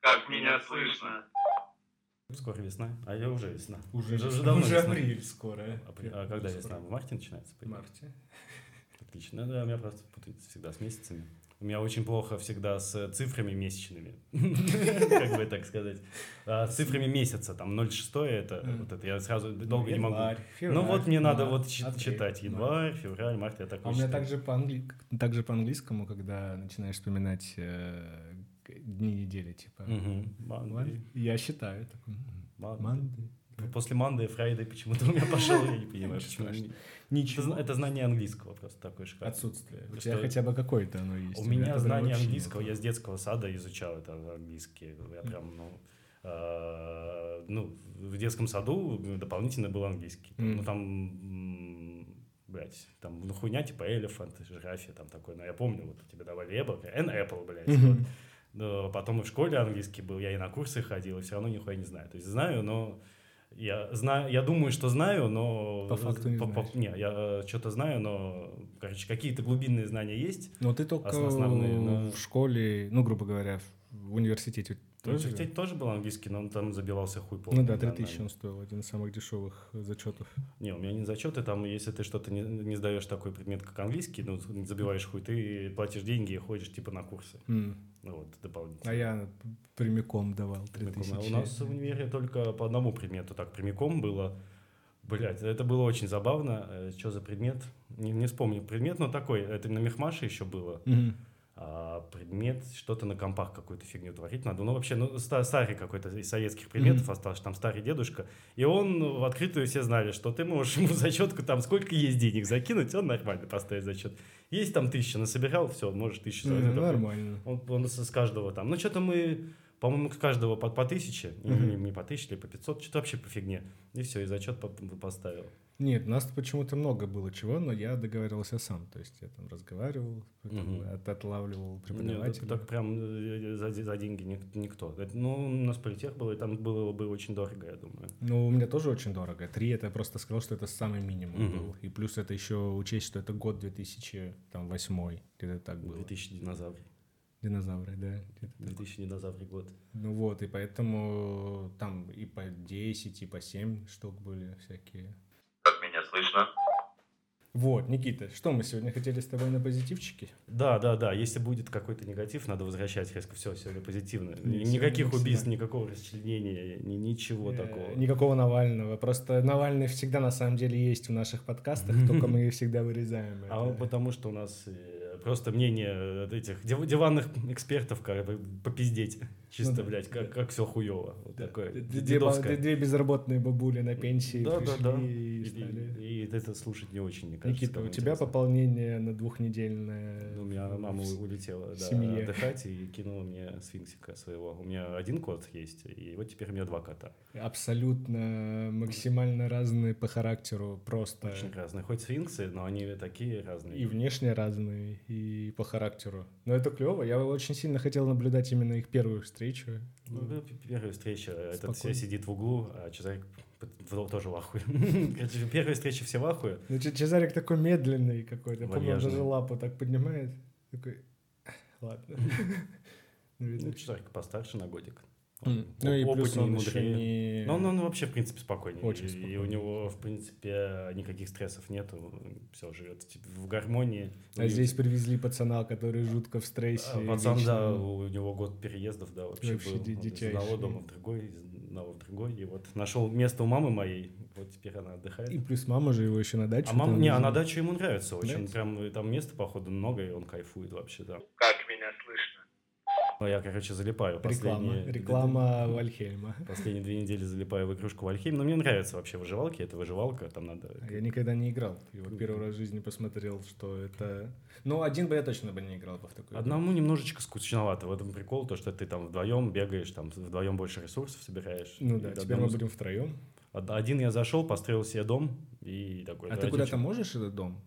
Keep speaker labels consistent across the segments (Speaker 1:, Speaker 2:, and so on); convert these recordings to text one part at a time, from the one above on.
Speaker 1: Как меня слышно?
Speaker 2: Скоро весна, а я уже весна.
Speaker 3: Уже,
Speaker 2: Уже-
Speaker 3: уже,
Speaker 2: уже давно весна.
Speaker 3: апрель скоро.
Speaker 2: Апрель- А когда весна? В марте начинается? по
Speaker 3: В
Speaker 2: идее?
Speaker 3: марте.
Speaker 2: Отлично. Да, у меня просто путается всегда с месяцами. У меня очень плохо всегда с э, цифрами месячными, как бы так сказать. А, С цифрами месяца, там 0,6 это
Speaker 3: Мгм.
Speaker 2: вот это, я сразу долго не могу.
Speaker 3: Январь,
Speaker 2: Ну вот мне
Speaker 3: февраль,
Speaker 2: надо
Speaker 3: март,
Speaker 2: вот чит-
Speaker 3: апрель,
Speaker 2: читать
Speaker 3: март.
Speaker 2: январь, февраль, март, я так
Speaker 3: А у
Speaker 2: не
Speaker 3: меня
Speaker 2: считаю.
Speaker 3: также по, англи- также по английскому, когда начинаешь вспоминать э, г- дни недели, типа.
Speaker 2: Мгм.
Speaker 3: Ман-
Speaker 2: Monday,
Speaker 3: Я считаю. такой, м,
Speaker 2: Monday.
Speaker 3: Манды.
Speaker 2: После Monday, Friday почему-то у меня пошел, я не понимаю, почему.
Speaker 3: Ничего страшного.
Speaker 2: Это зн-
Speaker 3: Ничего.
Speaker 2: Это знание английского просто такое шикарное.
Speaker 3: Отсутствие. У
Speaker 2: Что
Speaker 3: тебя
Speaker 2: это?
Speaker 3: хотя бы какое-то оно есть.
Speaker 2: У меня
Speaker 3: этого
Speaker 2: знание
Speaker 3: вообще
Speaker 2: английского,
Speaker 3: нет.
Speaker 2: я с детского сада изучал это английский. Я
Speaker 3: Мгм.
Speaker 2: прям, ну, э, ну, в детском саду дополнительно был английский.
Speaker 3: Мгм.
Speaker 2: Ну, там, м, блядь, там, ну, хуйня типа элефант, жирафия, там такое. Но я помню, вот тебе давали apple, an apple, блядь.
Speaker 3: Мгм.
Speaker 2: Но потом и в школе английский был, я и на курсы ходил, и все равно нихуя не знаю. То есть знаю, но я знаю, я думаю, что знаю, но
Speaker 3: По факту не знаешь.
Speaker 2: не, я что-то знаю, но короче какие-то глубинные знания есть.
Speaker 3: Но Ну, ты только
Speaker 2: Ос- основные, да.
Speaker 3: в школе, ну, грубо говоря, в университете
Speaker 2: Ну,
Speaker 3: тоже?
Speaker 2: Университет тоже был английский, но он там забивался хуй
Speaker 3: Ну
Speaker 2: полный,
Speaker 3: да,
Speaker 2: нормально.
Speaker 3: 3000 он стоил, один из самых дешевых зачетов.
Speaker 2: Не, у меня не зачеты, там, если ты что-то не, не сдаешь такой предмет, как английский, ну, забиваешь хуй, ты платишь деньги и ходишь, типа, на курсы.
Speaker 3: М.
Speaker 2: Ну, вот,
Speaker 3: А
Speaker 2: дополнительно.
Speaker 3: я прямиком давал
Speaker 2: Прямиком.
Speaker 3: 3000.
Speaker 2: А у нас в универе только по одному предмету так прямиком было. Блять, это было очень забавно. Э, Что за предмет? Не, не вспомню предмет, но такой. Это на Мехмаше еще было.
Speaker 3: Мгм.
Speaker 2: а, предмет, что-то на компах какую-то фигню творить надо. Ну, вообще, ну, ста- старый какой-то из советских предметов
Speaker 3: Мгм.
Speaker 2: остался, там старый дедушка. И он в открытую все знали, что ты можешь ему зачетку там сколько есть денег закинуть, он нормально поставит зачет. Есть там тысяча, насобирал, все, можешь тысячу за
Speaker 3: Ну,
Speaker 2: это такой.
Speaker 3: Нормально.
Speaker 2: Он, он с с каждого там. Ну, что-то мы, по-моему, с каждого по, по тысяче,
Speaker 3: Мгм.
Speaker 2: или не по тысяче, или по 500, что-то вообще по фигне. И все, и зачет по- поставил.
Speaker 3: Нет, у нас почему-то много было чего, но я договаривался сам. То есть я там разговаривал, потом
Speaker 2: Мгм.
Speaker 3: от- отлавливал
Speaker 2: Нет,
Speaker 3: преподавателя.
Speaker 2: так прям э, за, за деньги ник- никто. Это, Ну, у нас политех было, и там было бы очень дорого, я думаю.
Speaker 3: Ну, у меня тоже очень дорого. Три это я просто сказал, что это самый минимум
Speaker 2: Мгм.
Speaker 3: был. И плюс это еще учесть, что это год 2008, где-то так было.
Speaker 2: 2000 динозаврий.
Speaker 3: Динозавры, да. где-то так.
Speaker 2: 2000 динозаврий год.
Speaker 3: Ну вот, и поэтому там и по 10, и по 7 штук были всякие.
Speaker 1: Как меня слышно?
Speaker 3: Вот, Никита, что мы сегодня хотели с тобой на позитивчике?
Speaker 2: Да, да, да. Если будет какой-то негатив, надо возвращать резко. Все, сегодня позитивно.
Speaker 3: Нет,
Speaker 2: Никаких
Speaker 3: сегодня
Speaker 2: убийств, никакого расчленения, ни- ничего
Speaker 3: Э,
Speaker 2: такого.
Speaker 3: Никакого Навального. Просто Навальный всегда на самом деле есть в наших подкастах, только мы всегда вырезаем.
Speaker 2: А
Speaker 3: это.
Speaker 2: потому что у нас э, просто мнение э, этих див- диванных экспертов как бы попиздеть. Чисто,
Speaker 3: Ну да,
Speaker 2: блядь, как, как все хуево. Вот такое.
Speaker 3: Д- д- Две, ба-
Speaker 2: дедовское.
Speaker 3: д- две безработные бабули на пенсии
Speaker 2: Да, да,
Speaker 3: пришли
Speaker 2: да.
Speaker 3: и
Speaker 2: И-
Speaker 3: стали.
Speaker 2: И, и это слушать не очень, мне кажется.
Speaker 3: Никита,
Speaker 2: кому
Speaker 3: у тебя
Speaker 2: интересно.
Speaker 3: пополнение на двухнедельное.
Speaker 2: Ну, У меня мама
Speaker 3: в-
Speaker 2: у- улетела да,
Speaker 3: семье.
Speaker 2: отдыхать и кинула мне сфинксика своего. У меня один кот есть, и вот теперь у меня два кота.
Speaker 3: Абсолютно максимально разные по характеру, просто
Speaker 2: Очень разные. Хоть сфинксы, но они такие разные.
Speaker 3: и внешне разные, и по характеру. Но это клево. Я очень сильно хотел наблюдать именно их первую встречу.
Speaker 2: Ну, да, п- первая встреча, этот все
Speaker 3: Спокойно.
Speaker 2: сидит в углу, а человек п- т- тоже в ахуе. Короче, Первая встреча все в ахуе.
Speaker 3: Ну, Ч- Чезарик такой медленный какой-то. Я помню, он
Speaker 2: Вальяжный.
Speaker 3: даже лапу так поднимает. Такой, ладно. Ну, видно,
Speaker 2: Ну, человек постарше на годик.
Speaker 3: М.
Speaker 2: Он
Speaker 3: Ну и
Speaker 2: опытнее,
Speaker 3: плюс он еще
Speaker 2: мудрее.
Speaker 3: не...
Speaker 2: Но он, он вообще, в принципе, спокойнее. И-
Speaker 3: Очень
Speaker 2: И у
Speaker 3: спокойный.
Speaker 2: него, в принципе, никаких стрессов нету. Все живет в гармонии.
Speaker 3: А здесь привезли пацана, который жутко в стрессе.
Speaker 2: А, Пацан,
Speaker 3: вечно.
Speaker 2: да, у него год переездов, да, вообще,
Speaker 3: Вообще
Speaker 2: был.
Speaker 3: ди-
Speaker 2: Вот Из
Speaker 3: дичайший.
Speaker 2: одного дома в другой, из одного в другой. И вот нашел место у мамы моей, вот теперь она отдыхает.
Speaker 3: И плюс мама же его еще на дачу.
Speaker 2: А мама,
Speaker 3: там
Speaker 2: не, а
Speaker 3: везла.
Speaker 2: на дачу ему нравится очень,
Speaker 3: Нравится?
Speaker 2: прям э, там места, походу, много, и он кайфует вообще, да.
Speaker 1: Как меня слышно?
Speaker 2: Но я, короче, залипаю
Speaker 3: Реклама.
Speaker 2: последние...
Speaker 3: Реклама Вальхельма.
Speaker 2: Последние две недели залипаю в игрушку Вальхейм, но мне нравится вообще выживалки, это выживалка, там надо...
Speaker 3: А Я никогда не играл. Я вот
Speaker 2: Круто.
Speaker 3: первый раз в жизни посмотрел, что это... Ну, один бы я точно бы не играл бы в такой.
Speaker 2: Одному немножечко скучновато, в этом прикол, то, что ты там вдвоем бегаешь, там вдвоем больше ресурсов собираешь.
Speaker 3: Ну
Speaker 2: И
Speaker 3: да, теперь
Speaker 2: одному
Speaker 3: мы
Speaker 2: ск-
Speaker 3: будем втроем.
Speaker 2: Од- Один я зашел, построил себе дом и такой.
Speaker 3: А
Speaker 2: «Ради
Speaker 3: ты куда-то
Speaker 2: чего?»
Speaker 3: можешь этот дом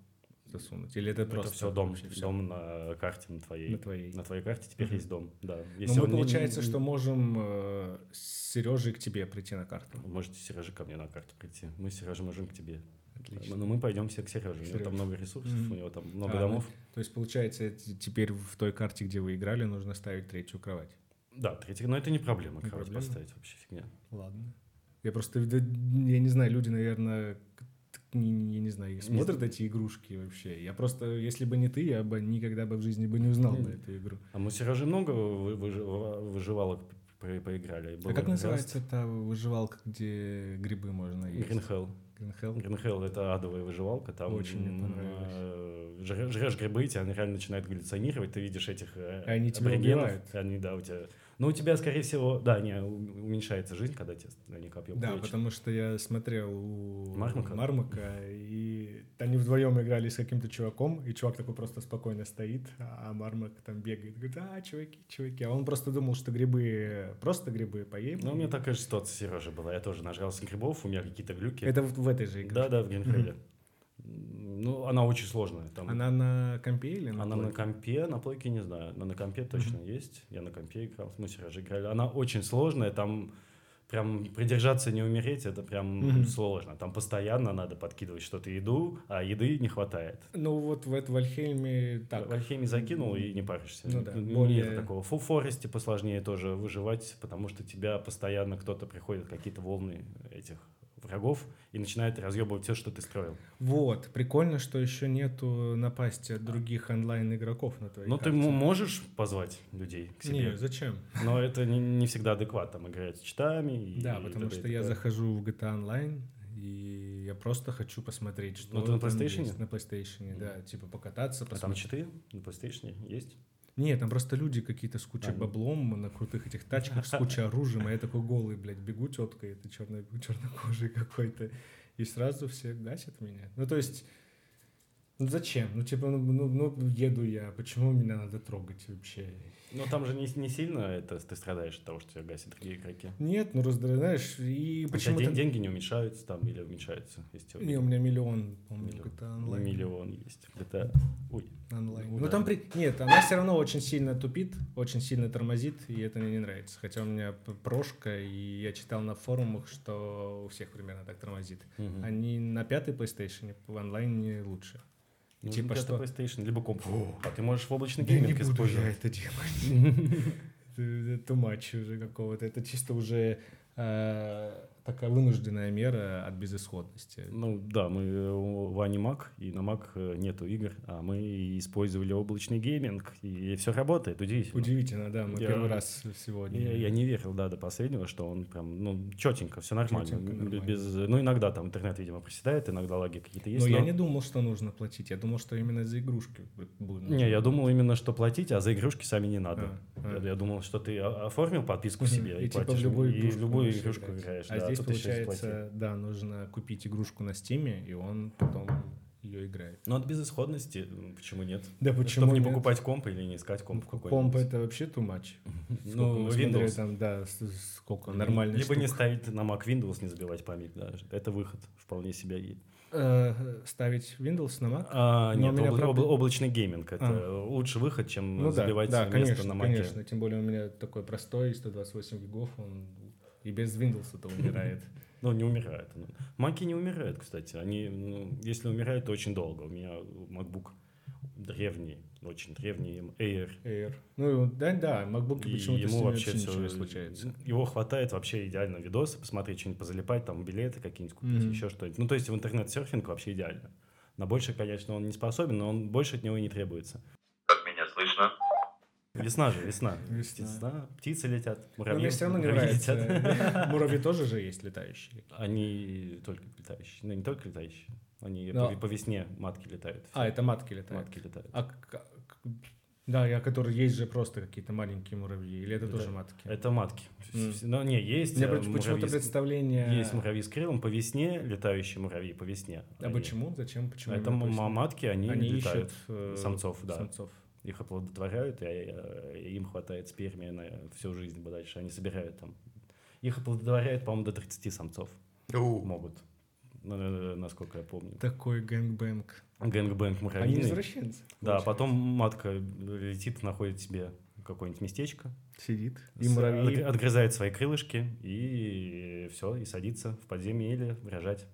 Speaker 3: засунуть? Или это
Speaker 2: Это
Speaker 3: просто...
Speaker 2: все дом,
Speaker 3: вообще всё?
Speaker 2: дом на карте на твоей.
Speaker 3: На твоей.
Speaker 2: На твоей карте теперь
Speaker 3: Мгм.
Speaker 2: есть дом, да.
Speaker 3: Ну,
Speaker 2: Если
Speaker 3: мы,
Speaker 2: он не-
Speaker 3: получается,
Speaker 2: не-
Speaker 3: что можем э, с Сережей к тебе прийти на карту.
Speaker 2: Вы можете Сережа ко мне на карту прийти. Мы с Сережей можем к тебе.
Speaker 3: Отлично.
Speaker 2: Но мы пойдем все к Сереже. У него
Speaker 3: Серёж.
Speaker 2: там много ресурсов,
Speaker 3: Мгм.
Speaker 2: у него там много
Speaker 3: А,
Speaker 2: домов.
Speaker 3: ну, То есть, получается, т- теперь в той карте, где вы играли, нужно ставить третью кровать.
Speaker 2: Да, третий, но это не проблема,
Speaker 3: Не
Speaker 2: кровать
Speaker 3: проблема.
Speaker 2: поставить вообще фигня.
Speaker 3: Ладно. Я просто, да, я не знаю, люди, наверное, не, я не знаю, смотрят
Speaker 2: знаю.
Speaker 3: эти игрушки вообще. Я просто, если бы не ты, я бы никогда бы в жизни бы не узнал бы
Speaker 2: Мгм.
Speaker 3: эту игру.
Speaker 2: А мы с Сережей много вы- выжива- выживалок по- поиграли.
Speaker 3: А как называется та выживалка, где грибы можно есть?
Speaker 2: Гринхелл.
Speaker 3: Гринхелл?
Speaker 2: Гринхелл — это адовая выживалка. Там,
Speaker 3: Очень мне
Speaker 2: м,
Speaker 3: понравилось.
Speaker 2: э, жре- Жрешь грибы, и тебя они реально начинают галлюцинировать. Ты видишь этих э,
Speaker 3: И они тебя
Speaker 2: аборигенов,
Speaker 3: убивают.
Speaker 2: и Они, да, у тебя... Ну, у тебя, скорее всего, да, не, у- уменьшается жизнь, когда тебе на них копьем
Speaker 3: Да,
Speaker 2: плечи.
Speaker 3: потому что я смотрел у
Speaker 2: Мармака?
Speaker 3: Мармака, и они вдвоем играли с каким-то чуваком, и чувак такой просто спокойно стоит, а Мармак там бегает, говорит, а, чуваки, чуваки. А он просто думал, что грибы, просто грибы поем.
Speaker 2: Ну, у меня такая же ситуация, Сережа, была. Я тоже нажрался грибов, у меня какие-то глюки.
Speaker 3: Это вот в этой же игре.
Speaker 2: Да, да, в Гринхелле. М, Ну, она очень сложная. Там...
Speaker 3: Она на компе или на
Speaker 2: Она на
Speaker 3: плойке?
Speaker 2: компе, на плойке не знаю, но на компе точно есть. Я на компе играл, мы с Сережей играли. Она очень сложная, там прям придержаться не умереть, это прям
Speaker 3: Мгм.
Speaker 2: сложно. Там постоянно надо подкидывать что-то еду, а еды не хватает.
Speaker 3: Ну вот в эт- Вальхейме так.
Speaker 2: В Альхеме закинул и не паришься.
Speaker 3: Ну да,
Speaker 2: Н-
Speaker 3: более-
Speaker 2: Нет такого. В Форесте посложнее тоже выживать, потому что тебя постоянно кто-то приходит, какие-то волны этих врагов, и начинает разъебывать все, что ты строил.
Speaker 3: Вот, прикольно, что еще нету напасти от других онлайн-игроков на твоей
Speaker 2: Но Ну, ты м- можешь позвать людей к себе?
Speaker 3: Не, зачем?
Speaker 2: Но это не, не всегда адекват, там играют с читами. и
Speaker 3: да, потому
Speaker 2: т.д. и
Speaker 3: что я
Speaker 2: т.п.
Speaker 3: захожу в GTA Online, и я просто хочу посмотреть, что
Speaker 2: Ну, ты на
Speaker 3: там
Speaker 2: PlayStation?
Speaker 3: есть. На PlayStation, да, типа покататься,
Speaker 2: А там
Speaker 3: посмотреть.
Speaker 2: читы на PlayStation есть?
Speaker 3: Не, там просто люди какие-то с кучей
Speaker 2: А, ну.
Speaker 3: баблом на крутых этих тачках, с кучей оружием, а я такой голый, блядь, бегу тетка, это черный, чернокожий какой-то, и сразу все гасят меня. Ну, то есть, ну, зачем? Ну, типа, ну, ну, ну, еду я, почему меня надо трогать вообще?
Speaker 2: Но там же не, не сильно это ты страдаешь от того, что тебя гасят другие игроки.
Speaker 3: Нет, ну, раздражаешь, и
Speaker 2: У тебя
Speaker 3: почему-то...
Speaker 2: ден- деньги не уменьшаются там или уменьшаются, если тебя
Speaker 3: Не, у меня миллион, по-моему,
Speaker 2: Миллион.
Speaker 3: это онлайн.
Speaker 2: миллион есть. Это... Ой.
Speaker 3: онлайн.
Speaker 2: Ну
Speaker 3: Ну
Speaker 2: да.
Speaker 3: там при... Нет, она все равно очень сильно тупит, очень сильно тормозит, и это мне не нравится. Хотя у меня п- прошка, и я читал на форумах, что у всех примерно так тормозит.
Speaker 2: Мгм.
Speaker 3: Они на пятой PlayStation в онлайне лучше.
Speaker 2: Ну,
Speaker 3: типа
Speaker 2: либо это
Speaker 3: что?
Speaker 2: PlayStation, либо комп. А ты можешь в облачный
Speaker 3: Да
Speaker 2: гейминг использовать.
Speaker 3: это делать. Тумач уже какого-то. Это чисто уже э, такая вынужденная мера от безысходности.
Speaker 2: Ну да, мы э, у Вани Мак, и на Мак э, нету игр, а мы использовали облачный гейминг, и все работает, удивительно.
Speaker 3: Удивительно, да, мы
Speaker 2: Я-
Speaker 3: первый раз сегодня.
Speaker 2: Я, я не верил, да, до последнего, что он прям, ну, четенько, все нормально.
Speaker 3: Чётенько,
Speaker 2: М,
Speaker 3: нормально.
Speaker 2: Без, ну, иногда там интернет, видимо, проседает, иногда лаги какие-то есть.
Speaker 3: Но Ну, я
Speaker 2: но-
Speaker 3: не думал, что нужно платить. Я думал, что именно за игрушки бу- будет.
Speaker 2: Не, я думал именно, что платить, а за игрушки сами не надо.
Speaker 3: А, а.
Speaker 2: Я, я думал, что ты о- оформил подписку
Speaker 3: Мгм.
Speaker 2: себе и,
Speaker 3: типа в
Speaker 2: платишь,
Speaker 3: любую
Speaker 2: и
Speaker 3: игрушку,
Speaker 2: в любую
Speaker 3: можешь
Speaker 2: игрушку
Speaker 3: играть.
Speaker 2: играешь.
Speaker 3: А
Speaker 2: да,
Speaker 3: здесь,
Speaker 2: тут еще и заплати.
Speaker 3: получается, да, нужно купить игрушку на стиме, и он потом ее играет.
Speaker 2: Ну, от безысходности, м, почему нет?
Speaker 3: Да
Speaker 2: Чтобы не
Speaker 3: нет? Ну,
Speaker 2: покупать комп или не искать комп какой-нибудь.
Speaker 3: Комп это вообще too much.
Speaker 2: Ну,
Speaker 3: Сколько мы смотрели
Speaker 2: Windows.
Speaker 3: Там, да, с- с- сколько нормально.
Speaker 2: Либо не ставить на Mac Windows, не забивать память. да. Это выход вполне себе. и-
Speaker 3: Э, ставить Windows на Mac?
Speaker 2: А,
Speaker 3: Но
Speaker 2: нет,
Speaker 3: у меня
Speaker 2: обла-
Speaker 3: правда-
Speaker 2: обла- облачный гейминг это лучше выход, чем
Speaker 3: Ну да,
Speaker 2: забивать
Speaker 3: да,
Speaker 2: место
Speaker 3: конечно,
Speaker 2: на маке.
Speaker 3: конечно. Тем более у меня такой простой, 128 гигов, он и без Windows-то умирает.
Speaker 2: Ну, не умирают. ну. Маки не умирают, кстати. Они, ну, если умирают, то очень долго. У меня MacBook древний, очень древний Air.
Speaker 3: Air. Ну да, да, макбуки
Speaker 2: И
Speaker 3: почему-то с
Speaker 2: ему
Speaker 3: ними
Speaker 2: вообще
Speaker 3: вообще
Speaker 2: все
Speaker 3: ничего не случается.
Speaker 2: Его хватает вообще идеально видосы, посмотреть что-нибудь, позалипать, там билеты какие-нибудь купить,
Speaker 3: Мгм.
Speaker 2: еще что-нибудь. Ну, то есть в интернет-серфинг вообще идеально. На больше, конечно, он не способен, но он больше от него и не требуется.
Speaker 1: Как меня слышно?
Speaker 2: Весна же, весна.
Speaker 3: Весна. Ну,
Speaker 2: Птицы летят,
Speaker 3: Но
Speaker 2: муравьи,
Speaker 3: мне все равно не
Speaker 2: муравьи
Speaker 3: нравится.
Speaker 2: летят.
Speaker 3: Муравьи тоже же есть летающие.
Speaker 2: Они только летающие. Ну, не только летающие. Они
Speaker 3: Но-
Speaker 2: по, по весне матки летают.
Speaker 3: А, это матки летают.
Speaker 2: матки летают.
Speaker 3: А к- к- да, я который есть же просто какие-то маленькие муравьи, или это
Speaker 2: Да.
Speaker 3: тоже матки?
Speaker 2: Это матки.
Speaker 3: М.
Speaker 2: Но не, есть
Speaker 3: У меня
Speaker 2: э,
Speaker 3: почему- почему-то
Speaker 2: муравьи с-
Speaker 3: представление...
Speaker 2: Есть муравьи с крылом по весне, летающие муравьи по весне.
Speaker 3: А
Speaker 2: Они-
Speaker 3: почему? Зачем? Почему?
Speaker 2: Это
Speaker 3: именно
Speaker 2: м-
Speaker 3: поиск?
Speaker 2: матки, они,
Speaker 3: Они
Speaker 2: летают.
Speaker 3: ищут э,
Speaker 2: самцов, да.
Speaker 3: самцов.
Speaker 2: Их оплодотворяют, и, э, и им хватает спермии на всю жизнь бы дальше. Они собирают там. Их оплодотворяют, по-моему, до 30 самцов. Могут. Ну, э, Насколько я помню.
Speaker 3: Такой гэнгбэнг.
Speaker 2: Гэнгбэнг
Speaker 3: Они
Speaker 2: муравьиный.
Speaker 3: извращенцы.
Speaker 2: Да,
Speaker 3: получается.
Speaker 2: потом матка летит, находит себе какое-нибудь местечко,
Speaker 3: Сидит. И
Speaker 2: с-
Speaker 3: муравьи...
Speaker 2: отг- отгрызает свои крылышки и все, и садится в подземье или рожать.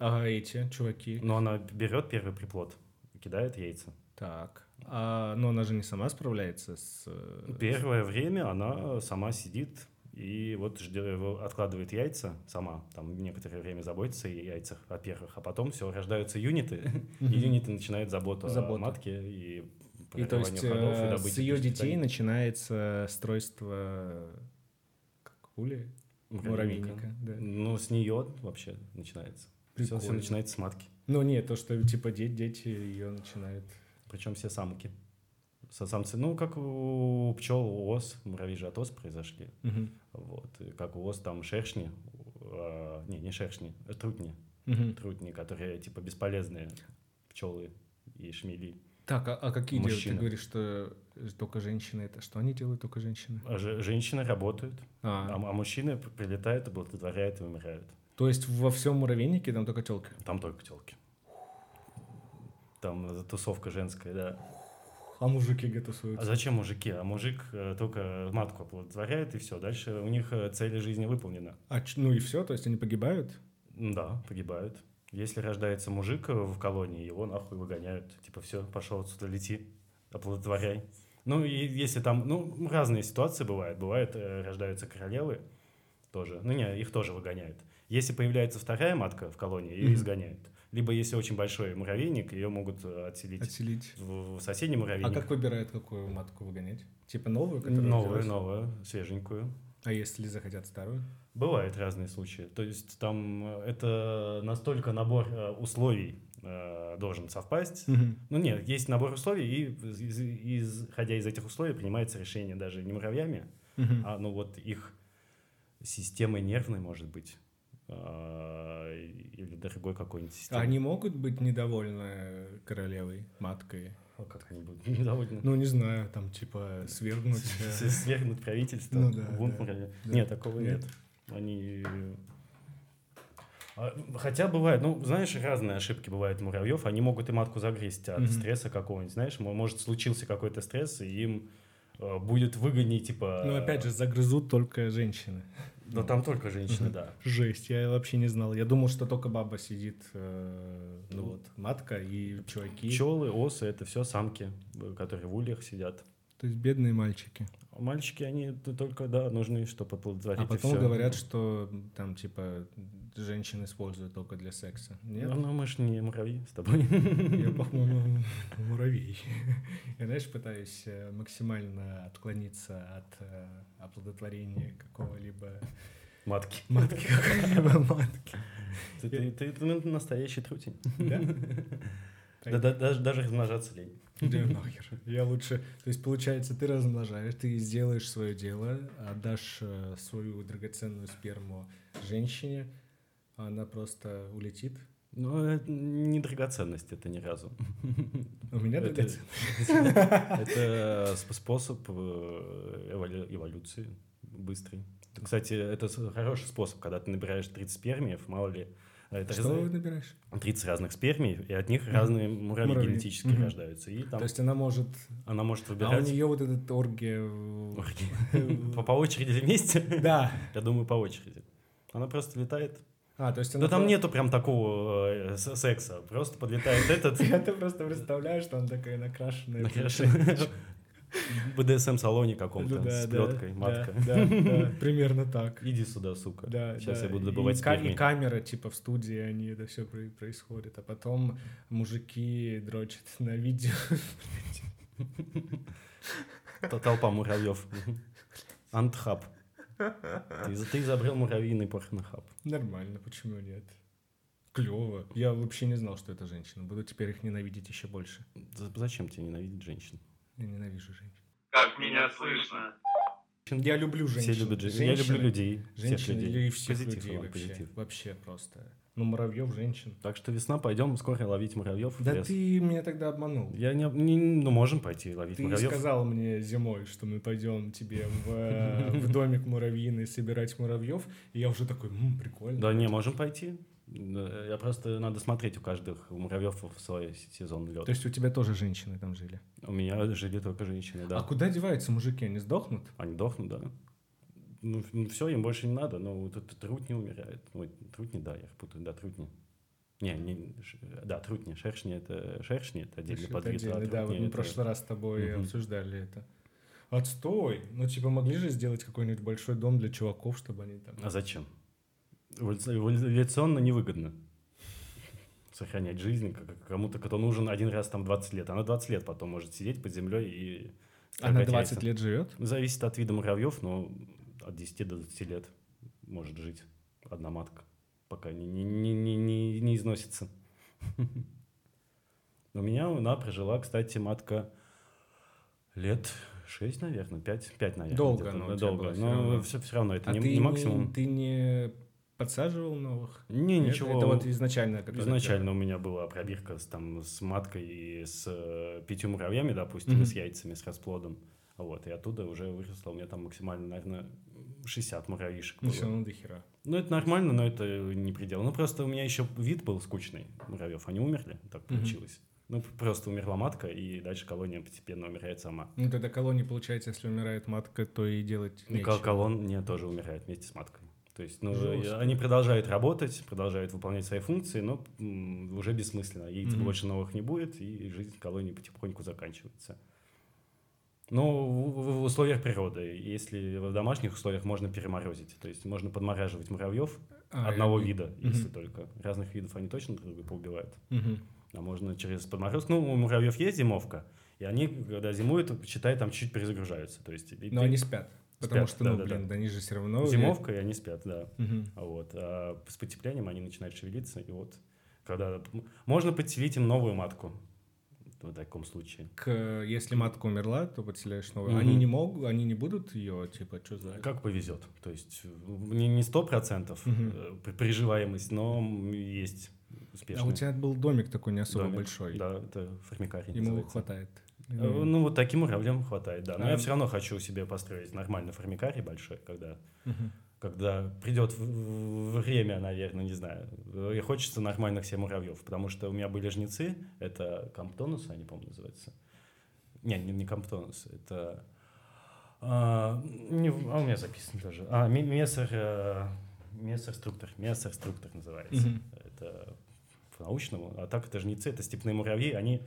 Speaker 3: А эти чуваки?
Speaker 2: Но она берет первый приплод, кидает яйца,
Speaker 3: Так. А, но она же не сама справляется с... э,
Speaker 2: Первое время она э, сама сидит и вот ждет, откладывает яйца сама, там некоторое время заботится о яйцах, во-первых, а потом все, рождаются юниты,
Speaker 3: Мгм.
Speaker 2: и юниты начинают заботу о
Speaker 3: Заботу.
Speaker 2: матке и
Speaker 3: И то
Speaker 2: прорыванию
Speaker 3: есть
Speaker 2: ходов и
Speaker 3: э,
Speaker 2: добыче
Speaker 3: с ее детей
Speaker 2: пищеварения.
Speaker 3: начинается стройство как пули? Муравейника. да.
Speaker 2: Ну, с нее вообще начинается. Все,
Speaker 3: Прикольно.
Speaker 2: начинается с матки.
Speaker 3: Ну нет, то, что типа де- дети ее начинают.
Speaker 2: Причем все самки. Со- Самцы, ну, как у пчел, у ос, муравьи же от ос произошли.
Speaker 3: Мгм.
Speaker 2: Вот. И как у ос там шершни, э, не, не шершни, э, трутни.
Speaker 3: Мгм.
Speaker 2: Трутни, которые типа бесполезные пчелы и шмели.
Speaker 3: Так, а, а какие делают? Ты
Speaker 2: Мужчина.
Speaker 3: говоришь, что э, только женщины это что они делают, только женщины?
Speaker 2: А же- женщины работают, а,
Speaker 3: А,
Speaker 2: м- а мужчины п- прилетают, оплодотворяют и умирают.
Speaker 3: то есть во всем муравейнике там только телка.
Speaker 2: Там только телки. Там э, тусовка женская, да.
Speaker 3: А мужики
Speaker 2: А
Speaker 3: готовятся.
Speaker 2: зачем мужики? А мужик э, только матку оплодотворяет, и все. Дальше у них э, цель жизни выполнена.
Speaker 3: А, ч- ну и все, то есть они погибают?
Speaker 2: М, Да, погибают. Если рождается мужик э, в колонии, его нахуй выгоняют. Типа, все, пошел отсюда, лети, оплодотворяй. Ну, и если там, ну, разные ситуации бывают. Бывают, э, рождаются королевы тоже. Ну, не, их тоже выгоняют. Если появляется вторая матка в колонии, ее
Speaker 3: Мгм.
Speaker 2: изгоняют. Либо если очень большой муравейник, ее могут э, отселить
Speaker 3: Отселить.
Speaker 2: в в соседний
Speaker 3: А
Speaker 2: муравейник.
Speaker 3: как выбирают, какую матку выгонять? Типа новую, которая
Speaker 2: Новую,
Speaker 3: родилась?
Speaker 2: новую, свеженькую.
Speaker 3: А если захотят старую?
Speaker 2: Бывают разные случаи. То есть там э, это настолько набор э, условий э, должен совпасть. Ну нет, есть набор условий, и из- из- исходя из этих условий принимается решение даже не муравьями,
Speaker 3: Мгм.
Speaker 2: а ну вот их системой нервной, может быть, а, или другой какой-нибудь
Speaker 3: А
Speaker 2: системой.
Speaker 3: Они могут быть недовольны королевой, маткой?
Speaker 2: А как они будут недовольны?
Speaker 3: Ну, не знаю, там, типа, свергнуть.
Speaker 2: С-
Speaker 3: э,
Speaker 2: Свергнут правительство.
Speaker 3: Ну да,
Speaker 2: бунт
Speaker 3: да,
Speaker 2: муравьев.
Speaker 3: да.
Speaker 2: Нет, такого нет.
Speaker 3: Нет?
Speaker 2: Они... А, Хотя бывает, ну, знаешь, разные ошибки бывают у муравьев. Они могут и матку загрызть от
Speaker 3: Мгм.
Speaker 2: стресса какого-нибудь, знаешь. мо- Может, случился какой-то стресс, и им э, будет выгоднее, типа...
Speaker 3: Ну, опять же, загрызут только женщины.
Speaker 2: Но там только женщины,
Speaker 3: Мгм.
Speaker 2: да.
Speaker 3: Жесть, я вообще не знал. Я думал, что только баба сидит, э, ну вот, матка и чуваки.
Speaker 2: Пчелы, осы — это все самки, э, которые в ульях сидят.
Speaker 3: То есть бедные мальчики.
Speaker 2: А Мальчики, они т- только, да, нужны, чтобы оплодотворить.
Speaker 3: А
Speaker 2: и
Speaker 3: потом
Speaker 2: всё.
Speaker 3: говорят, что м, там, типа, женщин используют только для секса. Нет?
Speaker 2: Ну, ну, мы же не муравьи с тобой.
Speaker 3: Я, по-моему, муравей. Я, знаешь, пытаюсь э, максимально отклониться от э, оплодотворения какого-либо
Speaker 2: Матки.
Speaker 3: матки, какой-либо матки.
Speaker 2: Ты, ты, ты, ты, ну, настоящий трутень.
Speaker 3: Да?
Speaker 2: Да, да, даже, даже размножаться лень.
Speaker 3: Да нахер. Я лучше... То есть, получается, ты размножаешь, ты сделаешь свое дело, отдашь э, свою драгоценную сперму женщине, а она просто улетит.
Speaker 2: Ну, это не драгоценность это ни разу.
Speaker 3: У меня
Speaker 2: Это-
Speaker 3: драгоценная.
Speaker 2: Это сп- способ э, эволю- эволюции быстрый. Кстати, это с- хороший способ, когда ты набираешь 30 спермиев, мало ли. э, Это
Speaker 3: Что
Speaker 2: разные-
Speaker 3: вы набираешь?
Speaker 2: 30 разных спермий, и от них разные муравьи,
Speaker 3: Муравьи.
Speaker 2: генетически
Speaker 3: Мгм.
Speaker 2: рождаются. И там
Speaker 3: То есть она может...
Speaker 2: она может
Speaker 3: А у
Speaker 2: выбирать...
Speaker 3: нее вот этот оргия... в-
Speaker 2: Орги. По по очереди вместе?
Speaker 3: Да,
Speaker 2: Я думаю, по очереди. Она просто летает
Speaker 3: А, то есть
Speaker 2: Да
Speaker 3: она...
Speaker 2: Ну, там
Speaker 3: про-
Speaker 2: нету прям такого э, с- секса. Просто подлетает этот
Speaker 3: Я ты просто представляешь, что она такая накрашенная.
Speaker 2: накрашенный в БДСМ-салоне каком-то
Speaker 3: Ну да,
Speaker 2: с
Speaker 3: да,
Speaker 2: плеткой,
Speaker 3: да,
Speaker 2: матка.
Speaker 3: Да, да, примерно так.
Speaker 2: Иди сюда, сука.
Speaker 3: Да,
Speaker 2: типа. Сейчас
Speaker 3: да.
Speaker 2: я буду добывать
Speaker 3: и, ка-
Speaker 2: спермий.
Speaker 3: и камера, типа, в студии, они это все происходит. А потом мужики дрочат на видео.
Speaker 2: Т- Толпа муравьев. Антхаб. Ты, из- ты изобрел муравьиный порнохаб.
Speaker 3: Нормально, почему нет? Клево. Я вообще не знал, что это женщина. Буду теперь их ненавидеть еще больше.
Speaker 2: З- Зачем тебе ненавидеть женщин?
Speaker 3: Я ненавижу женщин.
Speaker 1: Как меня слышно?
Speaker 3: Я люблю женщин.
Speaker 2: Все любят женщин. Я люблю людей. Всех
Speaker 3: Женщин
Speaker 2: людей.
Speaker 3: и всех
Speaker 2: Позитив,
Speaker 3: людей
Speaker 2: Иван,
Speaker 3: вообще.
Speaker 2: позитив.
Speaker 3: Вообще просто. Ну, муравьев, женщин.
Speaker 2: Так что весна, пойдем скоро ловить муравьев. в
Speaker 3: Да
Speaker 2: лес.
Speaker 3: ты меня тогда обманул.
Speaker 2: Я не, не- ну можем пойти ловить
Speaker 3: Ты
Speaker 2: муравьев.
Speaker 3: сказал мне зимой, что мы пойдем тебе в, э, в домик муравьиный собирать муравьев, и я уже такой, «М, прикольно.
Speaker 2: Да не, можем пойти. Да, Я просто надо смотреть у каждых у муравьев в свой с- сезон лед.
Speaker 3: То есть у тебя тоже женщины там жили?
Speaker 2: У меня жили только женщины, да.
Speaker 3: А куда деваются мужики? Они сдохнут?
Speaker 2: Они дохнут, да. Ну, все, им больше не надо, но вот этот трутни умирает. Ой, трутни, да, я их путаю, да, трутни. Не, не, ш- да, трутни, шершни — это шершни, это отдельный
Speaker 3: Это
Speaker 2: подвид.
Speaker 3: отдельно,
Speaker 2: а
Speaker 3: да, вот
Speaker 2: трутни
Speaker 3: мы в
Speaker 2: это-
Speaker 3: прошлый раз с тобой
Speaker 2: Мгм.
Speaker 3: обсуждали это. Отстой! Ну, типа, могли же сделать какой-нибудь большой дом для чуваков, чтобы они там...
Speaker 2: А зачем? Эволюци- Эволюционно невыгодно сохранять жизнь как- как кому-то, кто нужен один раз там 20 лет. Она 20 лет потом может сидеть под землей и...
Speaker 3: Она
Speaker 2: рогать
Speaker 3: 20
Speaker 2: яйца.
Speaker 3: А лет живет?
Speaker 2: Зависит от вида муравьев, но от 10 до 20 лет может жить одна матка, пока не, не, не, не, не- не износится. У меня она прожила, кстати, матка лет 6, наверное, 5, 5 наверное.
Speaker 3: Долго
Speaker 2: где-то.
Speaker 3: она у тебя
Speaker 2: Долго,
Speaker 3: была всё
Speaker 2: но
Speaker 3: равно.
Speaker 2: все, равно это
Speaker 3: а
Speaker 2: не,
Speaker 3: ты
Speaker 2: не максимум.
Speaker 3: ты не подсаживал новых?
Speaker 2: Не,
Speaker 3: Нет?
Speaker 2: ничего.
Speaker 3: Это вот изначально. которая
Speaker 2: Изначально у меня была пробирка с, там, с маткой и с э, пятью муравьями, допустим,
Speaker 3: Мгм.
Speaker 2: и с яйцами, с расплодом. Вот, и оттуда уже выросло у меня там максимально, наверное, 60 муравьишек
Speaker 3: Ну,
Speaker 2: было.
Speaker 3: все равно до хера.
Speaker 2: Ну, это нормально, но это не предел. Ну, просто у меня еще вид был скучный муравьев. Они умерли, так
Speaker 3: Мгм.
Speaker 2: получилось. Ну, просто умерла матка, и дальше колония постепенно умирает сама.
Speaker 3: Ну, тогда колония, получается, если умирает матка, то и делать
Speaker 2: И
Speaker 3: нечего.
Speaker 2: Ну, кол- колония тоже умирает вместе с маткой. То есть, ну,
Speaker 3: Жестко.
Speaker 2: они продолжают работать, продолжают выполнять свои функции, но м, уже бессмысленно. Яиц
Speaker 3: Мгм.
Speaker 2: больше новых не будет, и жизнь колонии потихоньку заканчивается. Но в, в- в условиях природы, если в домашних условиях можно переморозить, то есть можно подмораживать муравьев
Speaker 3: А,
Speaker 2: одного
Speaker 3: и-
Speaker 2: вида, если
Speaker 3: Мгм.
Speaker 2: только. Разных видов они точно друг друга поубивают.
Speaker 3: Мгм.
Speaker 2: А можно через подмороз. Ну, у муравьев есть зимовка, и они, когда зимуют, считай, там чуть-чуть перезагружаются. То есть, и
Speaker 3: Но
Speaker 2: ты-
Speaker 3: они спят. Потому что, ну,
Speaker 2: да-да-да.
Speaker 3: блин, да они же все равно...
Speaker 2: Зимовка, и они спят, да.
Speaker 3: Мгм.
Speaker 2: А Вот. А с потеплением они начинают шевелиться, и вот когда... м, Можно подселить им новую матку в таком случае.
Speaker 3: К, э, если матка умерла, то подселяешь новую.
Speaker 2: Мгм.
Speaker 3: Они не могут, они не будут ее, типа, что за...
Speaker 2: Как повезет. То есть э, не не сто процентов
Speaker 3: Мгм.
Speaker 2: э, при- приживаемость, но м, есть
Speaker 3: А
Speaker 2: успешные.
Speaker 3: у тебя был домик такой не особо
Speaker 2: домик.
Speaker 3: большой.
Speaker 2: Да, это формикарий
Speaker 3: Ему
Speaker 2: называется.
Speaker 3: хватает.
Speaker 2: Э, Ну, вот таким уравням хватает, да. Но я
Speaker 3: А.
Speaker 2: все равно хочу себе построить нормальный формикарий большой, когда
Speaker 3: Мгм.
Speaker 2: когда придет в- в- время, наверное, не знаю, и хочется нормальных себе муравьев, потому что у меня были жнецы, это комптонусы, они, по-моему, называются. Не, не, не комптонусы, это... А, не в- а у меня записано тоже. А, ме- мессер... э, мессер-структор, мессер-структор называется.
Speaker 3: Мгм.
Speaker 2: Это по-научному. А так это жнецы, это степные муравьи, они,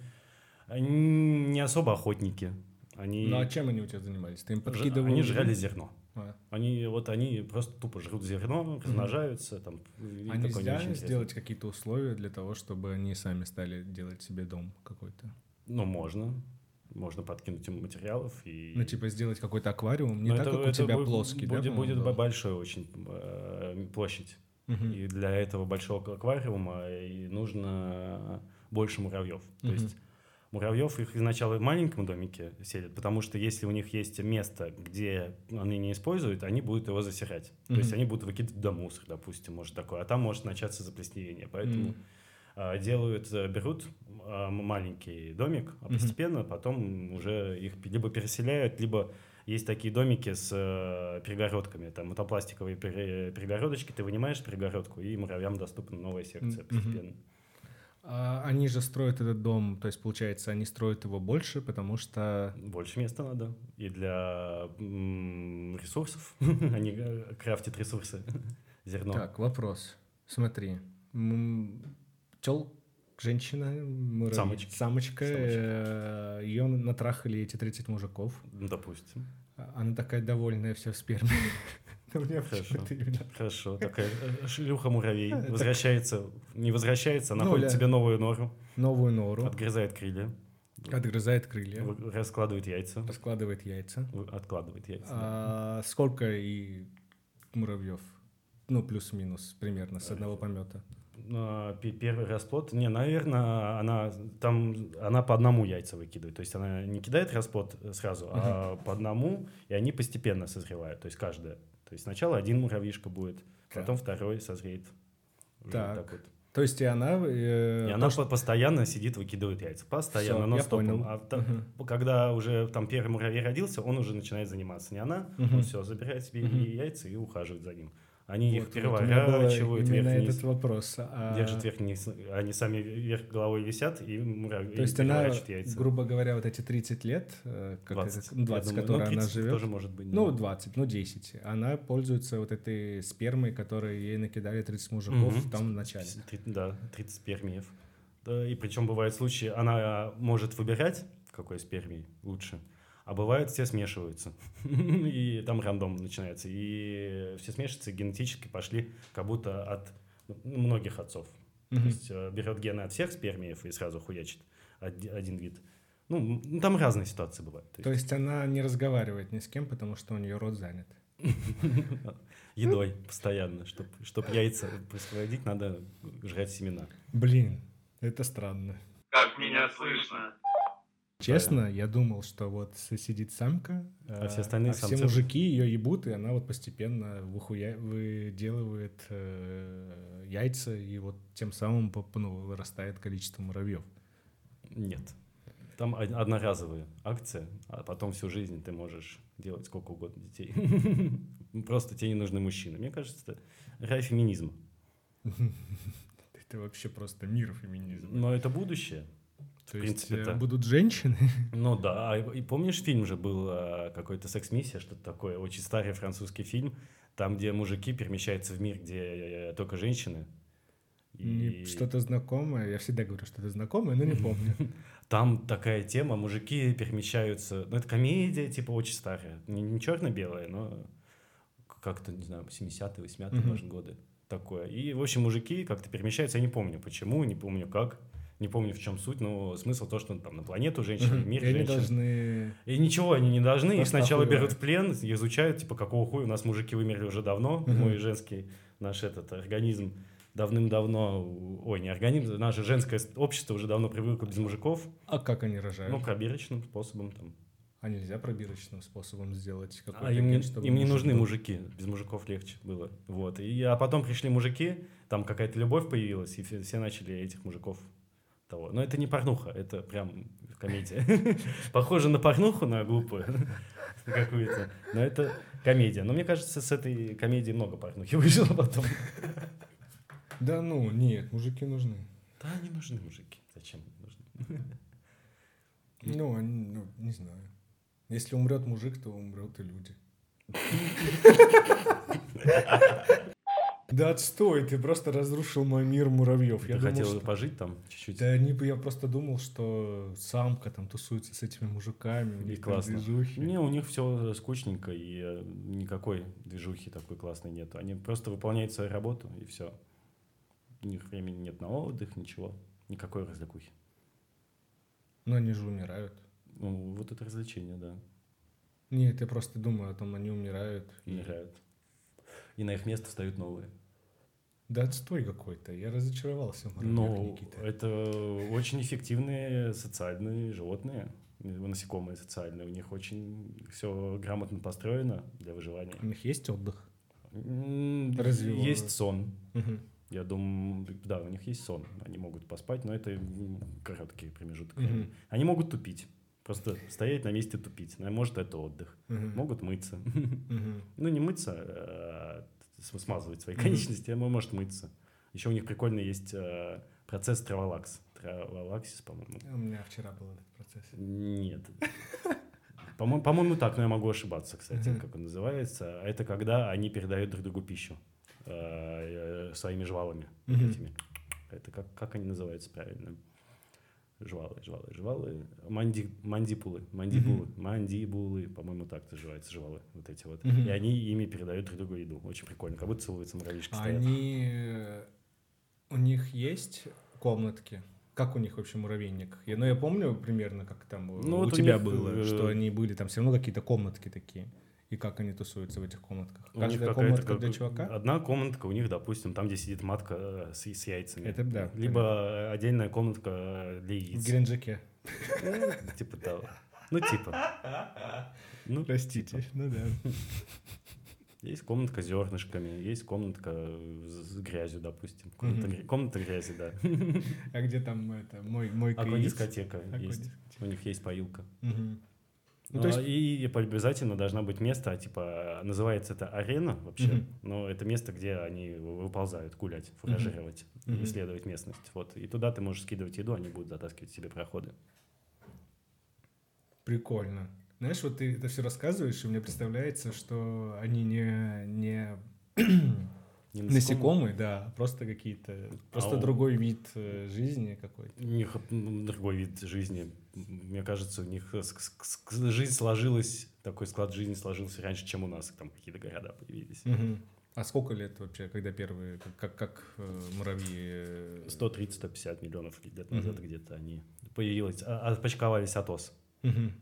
Speaker 2: они не особо охотники. Они,
Speaker 3: Ну, а чем они у тебя занимались? Ты им
Speaker 2: ж-
Speaker 3: подкидывал?
Speaker 2: они жрали зерно.
Speaker 3: А.
Speaker 2: Они вот они просто тупо жрут зерно, размножаются там. и
Speaker 3: А
Speaker 2: такое не
Speaker 3: нельзя
Speaker 2: очень интересно.
Speaker 3: сделать какие-то условия для того, чтобы они сами стали делать себе дом какой-то?
Speaker 2: Ну можно, можно подкинуть им материалов и.
Speaker 3: Ну, типа сделать какой-то аквариум, не
Speaker 2: Но
Speaker 3: так,
Speaker 2: это-
Speaker 3: как у
Speaker 2: это
Speaker 3: тебя
Speaker 2: бу-
Speaker 3: плоский, да,
Speaker 2: Будет,
Speaker 3: по-моему,
Speaker 2: будет
Speaker 3: был?
Speaker 2: большая очень э, площадь.
Speaker 3: Мгм.
Speaker 2: И для этого большого аквариума и нужно э, больше муравьев. То
Speaker 3: Мгм.
Speaker 2: есть муравьев их изначально в маленьком домике селят, потому что если у них есть место, где они не используют, они будут его засирать. То есть
Speaker 3: Мгм.
Speaker 2: они будут выкидывать до мусор, допустим, может такое. А там может начаться заплесневение. Поэтому
Speaker 3: М.
Speaker 2: а, делают, э, берут а, м- маленький домик, а
Speaker 3: Мгм.
Speaker 2: постепенно потом уже их п- либо переселяют, либо есть такие домики с э, перегородками, там мотопластиковые пере- перегородочки, ты вынимаешь перегородку, и муравьям доступна новая секция
Speaker 3: Мгм.
Speaker 2: постепенно.
Speaker 3: А они же строят этот дом, то есть, получается, они строят его больше, потому что...
Speaker 2: Больше места надо. И для м, ресурсов. Они э, крафтят ресурсы. Зерно.
Speaker 3: Так, вопрос. Смотри. Пчел, женщина, муравей-
Speaker 2: Самочки.
Speaker 3: самочка,
Speaker 2: Самочки.
Speaker 3: ее натрахали эти 30 мужиков.
Speaker 2: Допустим.
Speaker 3: А- Она такая довольная, вся в сперме. Ну, мне
Speaker 2: Хорошо.
Speaker 3: почему-то именно-
Speaker 2: Хорошо. Такая э, шлюха муравей.
Speaker 3: Так.
Speaker 2: Возвращается. Не возвращается, а
Speaker 3: Ну,
Speaker 2: находит
Speaker 3: ля.
Speaker 2: себе новую нору.
Speaker 3: Новую нору,
Speaker 2: Отгрызает крылья.
Speaker 3: отгрызает крылья,
Speaker 2: Вы- Раскладывает яйца.
Speaker 3: раскладывает яйца.
Speaker 2: Вы- Откладывает яйца. да.
Speaker 3: А Сколько и муравьев? Ну, плюс-минус примерно
Speaker 2: Э,
Speaker 3: с одного помета.
Speaker 2: А, пе- Первый расплод. Не, наверное, она там она по одному яйца выкидывает. То есть она не кидает расплод сразу, а по одному, и они постепенно созревают. То есть каждая. То есть сначала один муравьишка будет, потом второй созреет. Уже
Speaker 3: Так.
Speaker 2: вот вот.
Speaker 3: То есть и она... э,
Speaker 2: И она по- постоянно сидит, выкидывает яйца. Постоянно,
Speaker 3: Всё,
Speaker 2: но
Speaker 3: я понял.
Speaker 2: А та- когда уже там первый муравей родился, он уже начинает заниматься. Не она,
Speaker 3: Мгм.
Speaker 2: он все забирает себе и яйца и ухаживает за ним. Они
Speaker 3: Вот,
Speaker 2: их
Speaker 3: вот у меня было
Speaker 2: переворачивают
Speaker 3: именно
Speaker 2: вверх-вниз.
Speaker 3: этот вопрос. А,
Speaker 2: Держат вверх-вниз. Они сами вверх головой висят и, мура...
Speaker 3: То есть она, грубо говоря, вот эти 30 лет, э, как
Speaker 2: 20,
Speaker 3: это, ну, 20 которые она живет,
Speaker 2: тоже может быть.
Speaker 3: ну,
Speaker 2: да.
Speaker 3: 20, ну, 10, она пользуется вот этой спермой, которую ей накидали 30 мужиков
Speaker 2: Мгм.
Speaker 3: там в начале.
Speaker 2: Три- да, 30 спермиев. Да, и причем бывают случаи, она может выбирать, какой спермий лучше, а бывают все смешиваются. И там рандом начинается. И все смешиваются, и генетически пошли как будто от ну, многих отцов. То
Speaker 3: Мгм.
Speaker 2: есть э, берет гены от всех спермиев и сразу хуячит оди- один вид. Ну, м, ну, там разные ситуации бывают. То
Speaker 3: То
Speaker 2: есть
Speaker 3: есть она не разговаривает ни с кем, потому что у нее рот занят.
Speaker 2: едой постоянно. Чтобы чтоб яйца производить, надо жрать семена.
Speaker 3: Блин, это странно.
Speaker 1: Как меня слышно?
Speaker 3: Честно, я думал, что вот с- сидит самка,
Speaker 2: А все остальные
Speaker 3: все
Speaker 2: самцы.
Speaker 3: мужики ее ебут, и она вот постепенно выхуя... выделывает э, яйца, и вот тем самым по- ну, вырастает количество муравьев.
Speaker 2: Нет. Там од- одноразовая акция, а потом всю жизнь ты можешь делать сколько угодно детей. Просто тебе не нужны мужчины. Мне кажется, это рай феминизма.
Speaker 3: Это вообще просто мир феминизма.
Speaker 2: Но это будущее.
Speaker 3: То
Speaker 2: Ну, принципе,
Speaker 3: есть э,
Speaker 2: да.
Speaker 3: будут женщины.
Speaker 2: Ну да, а и помнишь, фильм же был э, какой-то секс-миссия, что-то такое, очень старый французский фильм, там, где мужики перемещаются в мир, где э, только женщины.
Speaker 3: И Что-то знакомое. Я всегда говорю, что это знакомое, но не помню.
Speaker 2: Там такая тема, мужики перемещаются. Ну, это комедия, типа, очень старая. Не, черно-белая, но как-то, не знаю, 70-е, 80-е,
Speaker 3: Мгм.
Speaker 2: может, годы. Такое. И, в общем, мужики как-то перемещаются. Я не помню, почему, не помню, как. Не помню, в чем суть, но смысл то, что он там на планету женщин, в
Speaker 3: Мгм.
Speaker 2: мир
Speaker 3: И они
Speaker 2: женщин.
Speaker 3: должны...
Speaker 2: И ничего они не должны. Их
Speaker 3: Просто
Speaker 2: сначала берут
Speaker 3: охуевают.
Speaker 2: в плен, изучают, типа, какого хуя. У нас мужики вымерли уже давно.
Speaker 3: Мгм.
Speaker 2: Мой женский, наш этот организм давным-давно... Ой, не организм, наше женское общество уже давно привыкло без мужиков.
Speaker 3: А как они рожают?
Speaker 2: Ну, пробирочным способом там.
Speaker 3: А нельзя пробирочным способом сделать какой-то
Speaker 2: А им, не-
Speaker 3: ген, чтобы
Speaker 2: им не
Speaker 3: мужик
Speaker 2: нужны
Speaker 3: был?
Speaker 2: мужики, без мужиков легче было. Вот. И, а потом пришли мужики, там какая-то любовь появилась, и все, все начали этих мужиков того. Но это не порнуха, это прям комедия. Похоже на порнуху, на глупую какую-то. Но это комедия. Но мне кажется, с этой комедии много порнухи выжило потом.
Speaker 3: Да ну, нет, мужики нужны.
Speaker 2: Да, не нужны мужики. Зачем им нужны?
Speaker 3: Ну, они, ну, не знаю. Если умрет мужик, то умрет и люди. Да отстой, ты просто разрушил мой мир муравьев. Я
Speaker 2: Ты
Speaker 3: думал,
Speaker 2: хотел
Speaker 3: что...
Speaker 2: пожить там чуть-чуть?
Speaker 3: Да они бы, я просто думал, что самка там тусуется с этими мужиками, у
Speaker 2: И
Speaker 3: них там
Speaker 2: классно.
Speaker 3: движухи.
Speaker 2: Не, у них все скучненько, и э, никакой движухи такой классной нет. Они просто выполняют свою работу, и все. У них времени нет на отдых, ничего. Никакой развлекухи.
Speaker 3: Но они же умирают.
Speaker 2: Ну, вот это развлечение, да.
Speaker 3: Нет, я просто думаю о том, они умирают. и-
Speaker 2: Умирают. И на их место встают новые.
Speaker 3: Да отстой какой-то, я разочаровался в муравьях,
Speaker 2: Но
Speaker 3: Никита.
Speaker 2: Ну, это очень эффективные социальные животные, э, насекомые социальные. У них очень все грамотно построено для выживания.
Speaker 3: У них есть отдых?
Speaker 2: М,
Speaker 3: Развивают.
Speaker 2: Есть сон, Я думаю, да, у них есть сон, они могут поспать, но это м, короткие промежутки.
Speaker 3: Мгм.
Speaker 2: времени. Они могут тупить, просто стоять на месте тупить. Ну, Может, это отдых.
Speaker 3: Мгм.
Speaker 2: Могут мыться.
Speaker 3: Мгм.
Speaker 2: Ну, не мыться, а см- смазывать свои
Speaker 3: Мгм.
Speaker 2: конечности, а может мыться. Еще у них прикольно есть э, процесс траволакс. Траволаксис, по-моему.
Speaker 3: А У меня вчера был этот процесс.
Speaker 2: Нет. По-мо- По-моему, так, но я могу ошибаться, кстати,
Speaker 3: Мгм.
Speaker 2: как он называется. А Это когда они передают друг другу пищу э, э, своими жвалами. вот
Speaker 3: Мгм.
Speaker 2: этими. Это как, как они называются правильно? Жвалы, жвалы, жвалы. Манди, мандипулы, мандибулы, мандибулы, по-моему, так называются жвалы, вот эти вот.
Speaker 3: Мгм.
Speaker 2: И они ими передают друг другу еду. Очень прикольно, как будто целуются муравьишки стоят.
Speaker 3: А Они... э, У них есть комнатки? Как у них вообще муравейник? Я, ну, я помню примерно, как там э,
Speaker 2: Ну,
Speaker 3: у
Speaker 2: вот у
Speaker 3: тебя
Speaker 2: них,
Speaker 3: было,
Speaker 2: э,
Speaker 3: что они были там все равно какие-то комнатки такие. И как они тусуются в этих комнатках?
Speaker 2: У них
Speaker 3: Каждая
Speaker 2: какая-то
Speaker 3: комнатка
Speaker 2: как-
Speaker 3: для чувака?
Speaker 2: Одна комнатка у них, допустим, там, где сидит матка э, с, с яйцами.
Speaker 3: Это да,
Speaker 2: Либо э, отдельная комнатка э, для
Speaker 3: В
Speaker 2: яиц.
Speaker 3: Геленджике.
Speaker 2: Ну, Типа того. Ну, типа. Ну,
Speaker 3: Простите, ну да.
Speaker 2: Есть комнатка с зернышками, есть комнатка э, с с грязью, допустим. Комната,
Speaker 3: Мгм.
Speaker 2: гря- комната грязи, да.
Speaker 3: А где там это, мой, А мой
Speaker 2: Аквадискотека
Speaker 3: Аква
Speaker 2: есть. У них есть поилка.
Speaker 3: Ну, то есть-
Speaker 2: А, и, и обязательно должна быть место, типа, называется это арена вообще,
Speaker 3: Мгм.
Speaker 2: но это место, где они выползают гулять, фуражировать,
Speaker 3: Мгм.
Speaker 2: исследовать местность. Вот. И туда ты можешь скидывать еду, они будут затаскивать себе проходы.
Speaker 3: Прикольно. Знаешь, вот ты это все рассказываешь, и мне представляется, что они не, не
Speaker 2: Не
Speaker 3: насекомые, да, а просто какие-то, просто
Speaker 2: Ау.
Speaker 3: другой вид э, жизни какой-то.
Speaker 2: У них м, другой вид жизни. Мне кажется, у них э, ск- ск- ск- жизнь сложилась, такой склад жизни сложился раньше, чем у нас. Там какие-то города появились.
Speaker 3: Мгм. А сколько лет вообще, когда первые, как, как, как, э, муравьи? э,
Speaker 2: 130-150 миллионов лет
Speaker 3: Мгм.
Speaker 2: назад где-то они появились, а- отпочковались от ос.
Speaker 3: Мгм.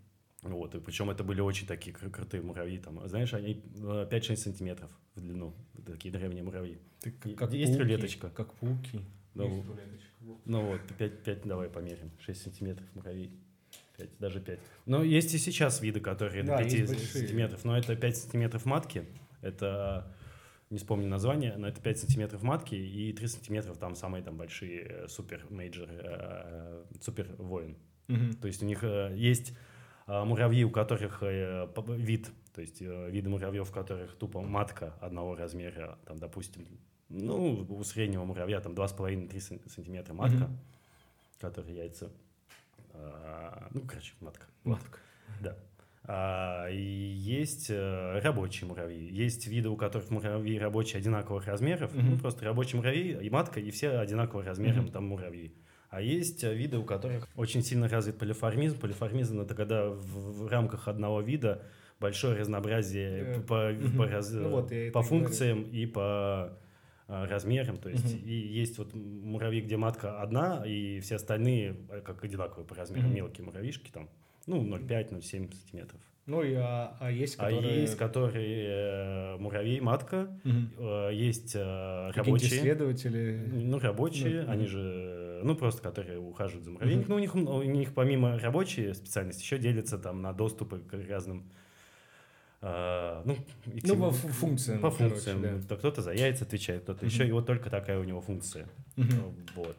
Speaker 2: Вот, и причем это были очень такие кру- крутые муравьи, там, знаешь, они э, 5-6 сантиметров в длину, такие древние муравьи.
Speaker 3: Ты
Speaker 2: Е- есть рулеточка?
Speaker 3: Как пауки.
Speaker 2: Да, вот. Ну вот, 5, давай померим, 6 сантиметров муравей, 5, даже 5. Но есть и сейчас виды, которые
Speaker 3: Да,
Speaker 2: до 5
Speaker 3: есть большие.
Speaker 2: сантиметров, но это 5 сантиметров матки, это, не вспомню название, но это 5 сантиметров матки и 3 сантиметров там самые там большие э, супер-мейджор, э, супер-воин.
Speaker 3: Мгм.
Speaker 2: То есть у них э, есть э, муравьи, у которых э, п- вид, то есть э, виды муравьев, у которых тупо матка одного размера, там, допустим, ну, у среднего муравья там 2,5-3 сан- сантиметра матка,
Speaker 3: Мгм.
Speaker 2: которые яйца, а, ну, короче, матка.
Speaker 3: Матка.
Speaker 2: Да. А, и есть э, рабочие муравьи. Есть виды, у которых муравьи рабочие одинаковых размеров.
Speaker 3: Мгм.
Speaker 2: Ну, просто рабочие муравьи и матка, и все одинаковых размером
Speaker 3: Мгм.
Speaker 2: там муравьи. А есть э, виды, у которых очень сильно развит полиформизм. Полиформизм — это когда в, в рамках одного вида большое разнообразие
Speaker 3: Э,
Speaker 2: по, по
Speaker 3: мгм.
Speaker 2: раз-
Speaker 3: Ну вот, я это и
Speaker 2: по
Speaker 3: говорю.
Speaker 2: функциям и по э, размерам. То есть
Speaker 3: Мгм.
Speaker 2: и есть вот м- муравьи, где матка одна, и все остальные э, как одинаковые по размерам
Speaker 3: Мгм.
Speaker 2: мелкие муравьишки там. Ну, 0,5-0,7 сантиметров.
Speaker 3: Ну, и, а, а есть, которые...
Speaker 2: А есть, которые э, муравей, матка,
Speaker 3: Мгм.
Speaker 2: э, есть э,
Speaker 3: Какие-нибудь
Speaker 2: рабочие.
Speaker 3: исследователи.
Speaker 2: Ну, рабочие,
Speaker 3: Ну,
Speaker 2: они
Speaker 3: мгм.
Speaker 2: же, ну, просто которые ухаживают за муравейник.
Speaker 3: Мгм.
Speaker 2: Ну, у них, м- у них помимо рабочей специальности еще делятся там на доступы к разным... э, ну, и к
Speaker 3: Ну,
Speaker 2: тем-
Speaker 3: по фу- функциям,
Speaker 2: По
Speaker 3: короче,
Speaker 2: функциям.
Speaker 3: да.
Speaker 2: То Кто-то за яйца отвечает, кто-то
Speaker 3: Мгм.
Speaker 2: еще. И вот только такая у него функция.
Speaker 3: Мгм.
Speaker 2: Вот.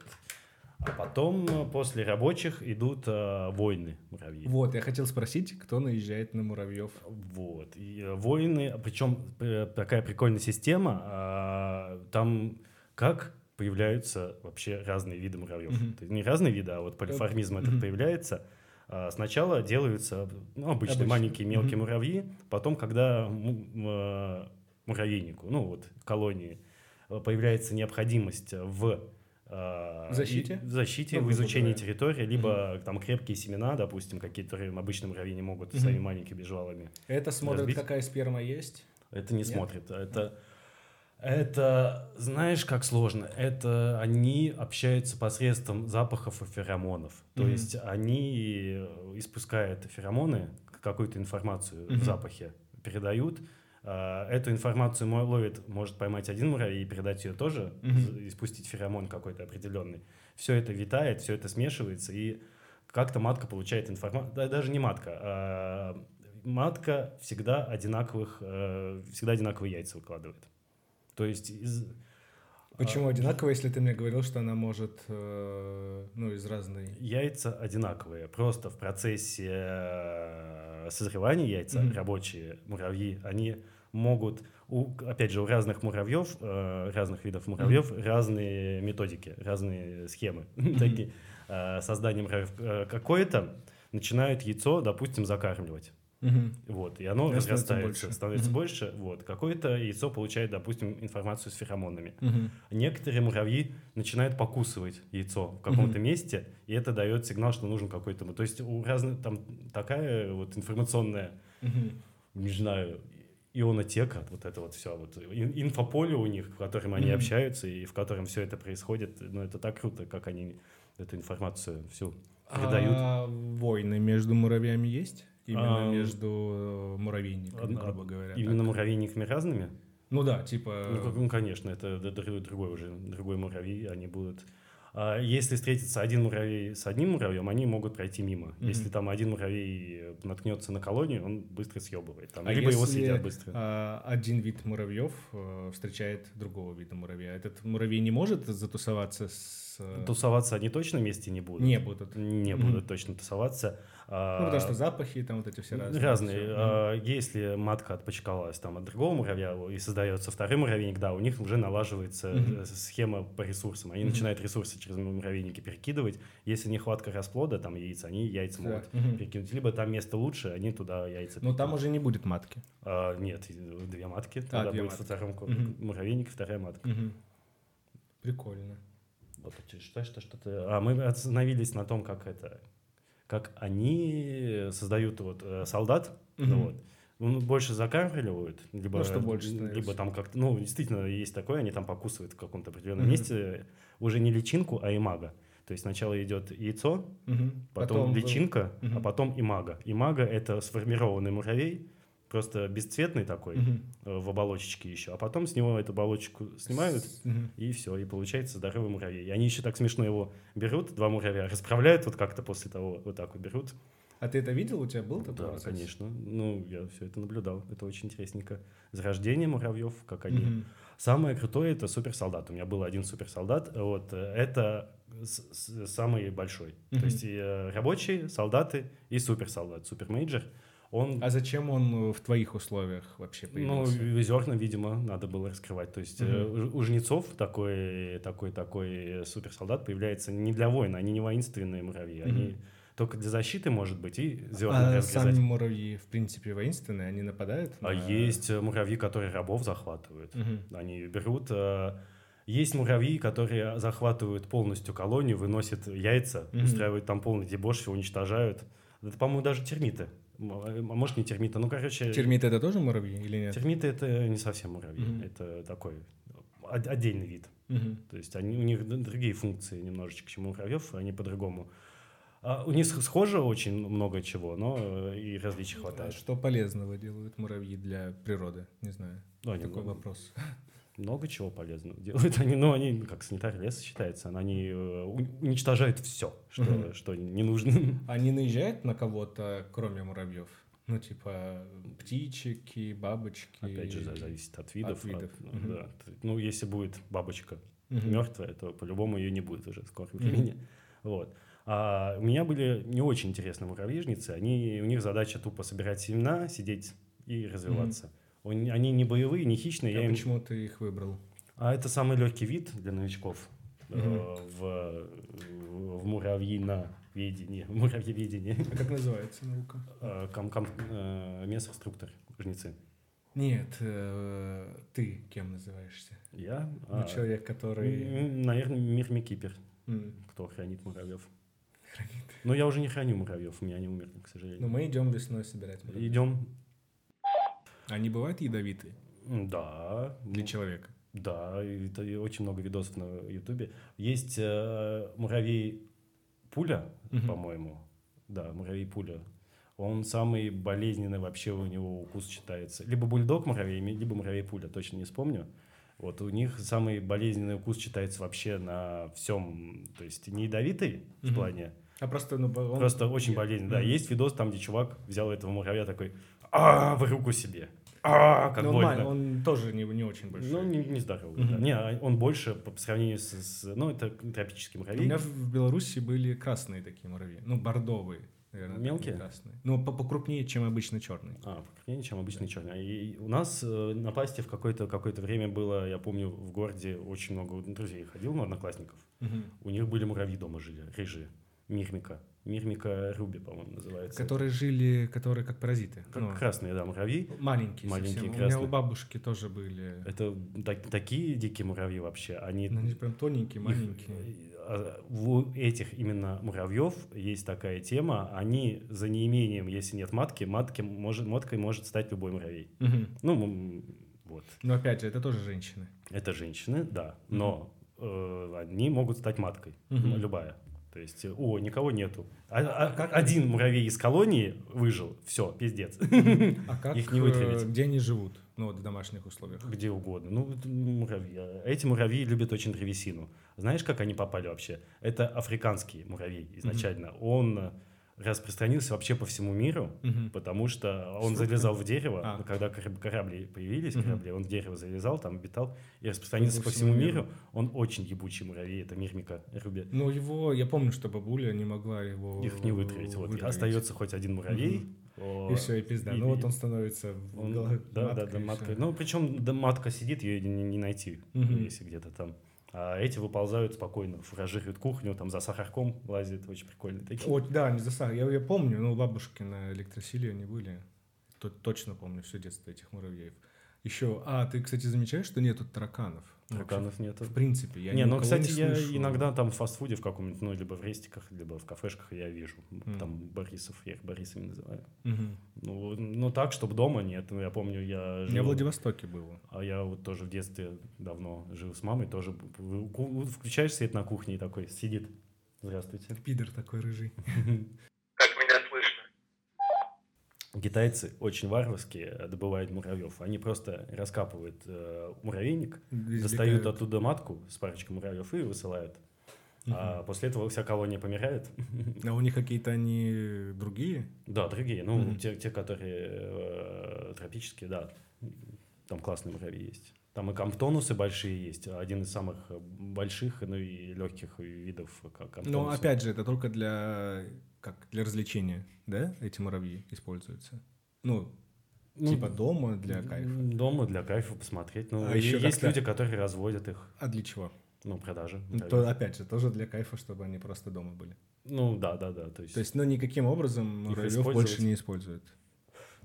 Speaker 2: А потом, э, после рабочих, идут э, войны муравьи.
Speaker 3: Вот, я хотел спросить, кто наезжает на муравьев.
Speaker 2: Вот. И э, воины, причем э, такая прикольная система, а, там как появляются вообще разные виды муравьев.
Speaker 3: Мгм.
Speaker 2: То есть не разные виды, а вот полиформизм этот
Speaker 3: Мгм.
Speaker 2: появляется. А, Сначала делаются ну, обычные
Speaker 3: Обычные.
Speaker 2: маленькие мелкие
Speaker 3: Мгм.
Speaker 2: муравьи, потом, когда му- э, муравейнику, ну вот колонии, э, появляется необходимость в э,
Speaker 3: В защите?
Speaker 2: и- в защите,
Speaker 3: Ну,
Speaker 2: в
Speaker 3: грубо
Speaker 2: изучении
Speaker 3: говоря.
Speaker 2: территории, либо там крепкие семена, допустим, какие которые обычно муравьи не могут
Speaker 3: Мгм.
Speaker 2: своими маленькими жвалами
Speaker 3: Это смотрит,
Speaker 2: Разбить?
Speaker 3: какая сперма есть.
Speaker 2: это не
Speaker 3: Нет?
Speaker 2: смотрит. а Это, это, знаешь, как сложно? Это они общаются посредством запахов и феромонов. То
Speaker 3: Мгм.
Speaker 2: есть они э, испускают феромоны, к- какую-то информацию
Speaker 3: Мгм.
Speaker 2: в запахе передают. А, Эту информацию мо- ловит, может поймать один муравей и передать ее тоже,
Speaker 3: Мгм.
Speaker 2: з- и спустить феромон какой-то определенный. Все это витает, все это смешивается, и как-то матка получает информацию, даже не матка, а матка всегда одинаковых, э, всегда одинаковые яйца выкладывает. То есть из...
Speaker 3: Почему
Speaker 2: а,
Speaker 3: одинаково, если ты мне говорил, что она может, э, ну, из разной...
Speaker 2: Яйца одинаковые, просто в процессе э, созревания яйца
Speaker 3: Мгм.
Speaker 2: рабочие муравьи, они могут, у, опять же, у разных муравьев, э, разных видов муравьев, разные методики, разные схемы такие э, создания муравьев. Э, Какое-то начинают яйцо, допустим, закармливать.
Speaker 3: Мгм.
Speaker 2: Вот, и оно
Speaker 3: Да, становится
Speaker 2: разрастается,
Speaker 3: больше.
Speaker 2: становится
Speaker 3: Мгм.
Speaker 2: больше. Вот, какое-то яйцо получает, допустим, информацию с феромонами.
Speaker 3: Мгм.
Speaker 2: Некоторые муравьи начинают покусывать яйцо в каком-то
Speaker 3: Мгм.
Speaker 2: месте, и это дает сигнал, что нужен какой-то... му- То есть у разных там такая вот информационная,
Speaker 3: Мгм.
Speaker 2: не знаю, ионотека, вот это вот все, вот ин- инфополе у них, в котором они
Speaker 3: Мгм.
Speaker 2: общаются и в котором все это происходит. Ну, это так круто, как они эту информацию всю передают.
Speaker 3: А войны между муравьями есть? Именно
Speaker 2: А,
Speaker 3: между э, муравейниками,
Speaker 2: одна-
Speaker 3: грубо говоря.
Speaker 2: Именно
Speaker 3: так.
Speaker 2: муравейниками разными?
Speaker 3: Ну да,
Speaker 2: Ну, как-
Speaker 3: типа...
Speaker 2: ну, конечно, это д- д- другой уже, другой муравей, они будут... А Если встретится один муравей с одним муравьем, они могут пройти мимо.
Speaker 3: Мгм.
Speaker 2: Если там один муравей э, наткнется на колонию, он быстро съебывает. Там,
Speaker 3: А
Speaker 2: либо его
Speaker 3: если,
Speaker 2: съедят быстро.
Speaker 3: А, один вид муравьев э, встречает другого вида муравья. Этот муравей не может затусоваться с... э,
Speaker 2: Тусоваться они точно вместе не будут.
Speaker 3: Не будут.
Speaker 2: Не
Speaker 3: Мгм.
Speaker 2: будут точно тусоваться.
Speaker 3: Ну, потому что запахи там вот эти все разные.
Speaker 2: А, Разные.
Speaker 3: всё.
Speaker 2: А, Если матка отпочкалась там от другого муравья и создается второй муравейник, да, у них уже налаживается
Speaker 3: Мгм.
Speaker 2: э, схема по ресурсам. Они
Speaker 3: Мгм.
Speaker 2: начинают ресурсы через муравейники перекидывать. Если нехватка расплода, там яиц, они яйца
Speaker 3: Да.
Speaker 2: могут
Speaker 3: Мгм.
Speaker 2: перекинуть. Либо там место лучше, они туда яйца
Speaker 3: Ну, там
Speaker 2: перекинут.
Speaker 3: уже не будет матки.
Speaker 2: А, Нет, и- две матки. Тогда
Speaker 3: две
Speaker 2: будет
Speaker 3: матки.
Speaker 2: во втором ко-
Speaker 3: Мгм.
Speaker 2: муравейник, вторая матка.
Speaker 3: Прикольно.
Speaker 2: Вот ты считаешь, что
Speaker 3: э,
Speaker 2: что-то... А мы остановились на том, как это... Как они создают вот э, солдат, Ну вот. Ну, больше закармливают, либо,
Speaker 3: Ну, что больше
Speaker 2: либо
Speaker 3: становится.
Speaker 2: там как-то, ну, действительно, есть такое, они там покусывают в каком-то определенном
Speaker 3: Мгм.
Speaker 2: месте уже не личинку, а имага. То есть сначала идет яйцо,
Speaker 3: Мгм.
Speaker 2: потом,
Speaker 3: был-
Speaker 2: личинка, а
Speaker 3: Мгм.
Speaker 2: потом имага. Имага — это сформированный муравей, просто бесцветный такой,
Speaker 3: Мгм.
Speaker 2: э, в оболочечке еще, а потом с него эту оболочку снимают,
Speaker 3: С- мгм.
Speaker 2: и все, и получается здоровый муравей. И они еще так смешно его берут, два муравья, расправляют вот как-то после того, вот так вот берут,
Speaker 3: А ты это видел? У тебя был такой
Speaker 2: да,
Speaker 3: процесс?
Speaker 2: конечно. Ну, я все это наблюдал. Это очень интересненько. Зарождение муравьев, как они.
Speaker 3: Мгм.
Speaker 2: Самое крутое это суперсолдат. У меня был один суперсолдат. Вот э, это с- с- самый большой. То
Speaker 3: Мгм.
Speaker 2: есть и, э, рабочие, солдаты и суперсолдат. Супермейджор. Он
Speaker 3: А зачем он э, в твоих условиях вообще
Speaker 2: ну,
Speaker 3: появился?
Speaker 2: в- зерна, видимо, надо было раскрывать. То есть э,
Speaker 3: Мгм.
Speaker 2: у у жнецов такой, такой, такой э, суперсолдат появляется не для войны, они не воинственные муравьи, они
Speaker 3: Мгм.
Speaker 2: только для защиты, может быть, и зерна
Speaker 3: а
Speaker 2: разрезать.
Speaker 3: сами муравьи, в принципе, воинственные, они нападают?
Speaker 2: А
Speaker 3: на-
Speaker 2: есть э, муравьи, которые рабов захватывают.
Speaker 3: Мгм.
Speaker 2: Они берут. э, Есть муравьи, которые захватывают полностью колонию, выносят яйца,
Speaker 3: Мгм.
Speaker 2: устраивают там полный дебош, все уничтожают. Это, по-моему, даже термиты. М, а Может, не термиты. Ну, короче,
Speaker 3: Термиты это тоже муравьи или нет?
Speaker 2: термиты это не совсем муравьи.
Speaker 3: Мгм.
Speaker 2: Это такой о- отдельный вид.
Speaker 3: Мгм.
Speaker 2: То есть они, у них д- другие функции немножечко, чем у муравьев, они по-другому. А у них схоже очень много чего, но э, и различий
Speaker 3: А
Speaker 2: хватает.
Speaker 3: Что полезного делают муравьи для природы? Не знаю.
Speaker 2: Ну, они
Speaker 3: Такой
Speaker 2: м-
Speaker 3: вопрос.
Speaker 2: много чего полезного делают они, но они ну, как санитар леса считается, но они э, у- уничтожают все, что,
Speaker 3: Мгм.
Speaker 2: что не нужно.
Speaker 3: Они наезжают на кого-то, кроме муравьев? Ну, типа птички, бабочки.
Speaker 2: Опять же, за- зависит от видов.
Speaker 3: От видов,
Speaker 2: ну,
Speaker 3: мгм.
Speaker 2: да. Т- Ну, если будет бабочка
Speaker 3: Мгм.
Speaker 2: мертвая, то по-любому ее не будет уже в скором
Speaker 3: Мгм.
Speaker 2: времени. Вот. А у меня были не очень интересные муравьижницы. Они, у них задача тупо собирать семена, сидеть и развиваться. Он- Они не боевые, не
Speaker 3: А
Speaker 2: хищные. я им-
Speaker 3: почему ты их выбрал?
Speaker 2: А это самый легкий вид для новичков э,
Speaker 3: Мгм.
Speaker 2: в, в муравьиноведении, в муравьеведении.
Speaker 3: А как называется наука?
Speaker 2: Э, ком- ком- э, Месорструктор, жнецы.
Speaker 3: Нет, э, ты кем называешься?
Speaker 2: Я?
Speaker 3: Ну,
Speaker 2: а,
Speaker 3: человек, который...
Speaker 2: м, наверное, мирмикипер,
Speaker 3: М.
Speaker 2: кто хранит муравьев. Но я уже не храню муравьев, у меня они умерли, к
Speaker 3: Ну,
Speaker 2: сожалению.
Speaker 3: мы идем весной собирать. муравьев.
Speaker 2: Идем.
Speaker 3: Они бывают ядовитые
Speaker 2: Да.
Speaker 3: для
Speaker 2: м,
Speaker 3: человека?
Speaker 2: Да, и это и очень много видосов на Ютубе. Есть э, муравей-пуля,
Speaker 3: Мгм.
Speaker 2: по-моему. Да, муравей-пуля. Он самый болезненный вообще у него укус считается. Либо бульдог муравей, ми- либо муравей-пуля, точно не вспомню. Вот у них самый болезненный укус считается вообще на всем. То есть не ядовитый в
Speaker 3: Мгм.
Speaker 2: плане,
Speaker 3: А просто, ну, он...
Speaker 2: просто очень
Speaker 3: Нет.
Speaker 2: болезненный. Да,
Speaker 3: Мгм.
Speaker 2: есть видос там, где чувак взял этого муравья такой, а в руку себе. А, как
Speaker 3: Ну, он,
Speaker 2: больно.
Speaker 3: ма- он тоже не, не очень большой.
Speaker 2: Ну, не, не здоровый, да.
Speaker 3: Мгм.
Speaker 2: Не, а он больше по по сравнению с, с- ну, это тропический
Speaker 3: У
Speaker 2: муравей.
Speaker 3: меня в- в Беларуси были красные такие муравьи. Ну, бордовые, наверное. такие
Speaker 2: Мелкие?
Speaker 3: Красные. Ну, по- покрупнее, чем обычно черные.
Speaker 2: А, покрупнее, чем обычный черный. И у нас э, на пасте в какое-то какое время было, я помню, в городе очень много друзей ходил, ну, одноклассников. У них были муравьи дома жили, рыжие, мирмика. Мирмика руби, по-моему, называется.
Speaker 3: Которые жили, которые как паразиты.
Speaker 2: Как
Speaker 3: Ну,
Speaker 2: красные, да, муравьи.
Speaker 3: Маленькие,
Speaker 2: Маленькие,
Speaker 3: совсем. У меня
Speaker 2: красные.
Speaker 3: у бабушки тоже были.
Speaker 2: Это так- такие дикие муравьи вообще. Они
Speaker 3: Ну, Они прям тоненькие,
Speaker 2: Их,
Speaker 3: маленькие.
Speaker 2: э, а, У этих именно муравьев есть такая тема. Они за неимением, если нет матки, матки может, моткой может стать любой муравей.
Speaker 3: Мгм.
Speaker 2: Ну, м, вот.
Speaker 3: Но опять же, это тоже женщины.
Speaker 2: Это женщины, да. Но э, они могут стать маткой.
Speaker 3: Мгм.
Speaker 2: Любая. То есть, э, о, никого нету. А, а как один муравей из колонии выжил, все, пиздец.
Speaker 3: А как
Speaker 2: Их не вытравить.
Speaker 3: э, Где они живут? Ну, вот в домашних условиях.
Speaker 2: Где угодно. Ну, вот муравьи. А Эти муравьи любят очень древесину. Знаешь, как они попали вообще? Это африканский муравей изначально. Он э, распространился вообще по всему миру,
Speaker 3: Мгм.
Speaker 2: потому что
Speaker 3: Фруктами?
Speaker 2: он залезал в дерево,
Speaker 3: А.
Speaker 2: Ну, когда кораб- корабли появились,
Speaker 3: Мгм.
Speaker 2: корабли, он в дерево залезал, там обитал и распространился
Speaker 3: По
Speaker 2: по
Speaker 3: всему
Speaker 2: всему
Speaker 3: миру.
Speaker 2: миру. Он очень ебучий муравей, это мирмика рубе.
Speaker 3: Ну, его, я помню, что бабуля не могла его...
Speaker 2: Их не вытравить. Вот
Speaker 3: вытравить.
Speaker 2: остается хоть один муравей.
Speaker 3: И
Speaker 2: О,
Speaker 3: все, и пизда.
Speaker 2: и-
Speaker 3: ну, вот
Speaker 2: и-
Speaker 3: он становится в
Speaker 2: Он-
Speaker 3: голо-
Speaker 2: да, да, да,
Speaker 3: и
Speaker 2: матка.
Speaker 3: всё.
Speaker 2: Ну, причем да, матка сидит, ее не, не найти,
Speaker 3: Мгм.
Speaker 2: если где-то там. А эти выползают спокойно, фуражируют кухню, там за сахарком лазит, очень прикольные такие.
Speaker 3: Вот, да, не засах. Я, я помню, ну, у бабушки на электросиле они были. Тут точно помню все детство этих муравьев. Еще, а, ты, кстати, замечаешь, что нету тараканов? Ну, вообще,
Speaker 2: Тараканов нету.
Speaker 3: В принципе, я
Speaker 2: не,
Speaker 3: ни у
Speaker 2: ну,
Speaker 3: кого не
Speaker 2: кстати, я
Speaker 3: слышу.
Speaker 2: иногда там в фастфуде в каком-нибудь, ну, либо в рестиках, либо в кафешках я вижу.
Speaker 3: Мгм.
Speaker 2: Там Борисов, я их Борисами называю.
Speaker 3: Мгм.
Speaker 2: Ну, ну, так, чтобы дома нет. Ну, я помню, я
Speaker 3: У
Speaker 2: жил...
Speaker 3: меня в Владивостоке было.
Speaker 2: А я вот тоже в детстве давно жил с мамой, тоже б- б- ку- включаешь свет на кухне и такой сидит. Здравствуйте.
Speaker 3: Пидор такой рыжий.
Speaker 1: Как меня слышно?
Speaker 2: Китайцы очень варварские э, добывают муравьев. Они просто раскапывают э, муравейник, достают
Speaker 3: Извлекают.
Speaker 2: оттуда матку с парочкой муравьев и высылают. А после этого вся колония помирает.
Speaker 3: А у них какие-то они другие?
Speaker 2: Да, другие. Ну,
Speaker 3: Мгм.
Speaker 2: те, те, которые э, тропические, да. Там классные муравьи есть. Там и камптонусы большие есть. Один из самых больших, ну и легких видов э, ка- камптонуса.
Speaker 3: Но Ну, опять же, это только для как для развлечения, да? Эти муравьи используются. Ну,
Speaker 2: Ну,
Speaker 3: типа дома для кайфа.
Speaker 2: Дома для кайфа посмотреть. Ну,
Speaker 3: А
Speaker 2: и
Speaker 3: ещё
Speaker 2: есть
Speaker 3: как-то-
Speaker 2: люди, которые разводят их,
Speaker 3: А для чего?
Speaker 2: ну, продажи.
Speaker 3: Ну,
Speaker 2: муравьев.
Speaker 3: То, опять же, тоже для кайфа, чтобы они просто дома были.
Speaker 2: Ну, да, да, да.
Speaker 3: То есть, ну, никаким образом муравьев
Speaker 2: использовать.
Speaker 3: больше не используют.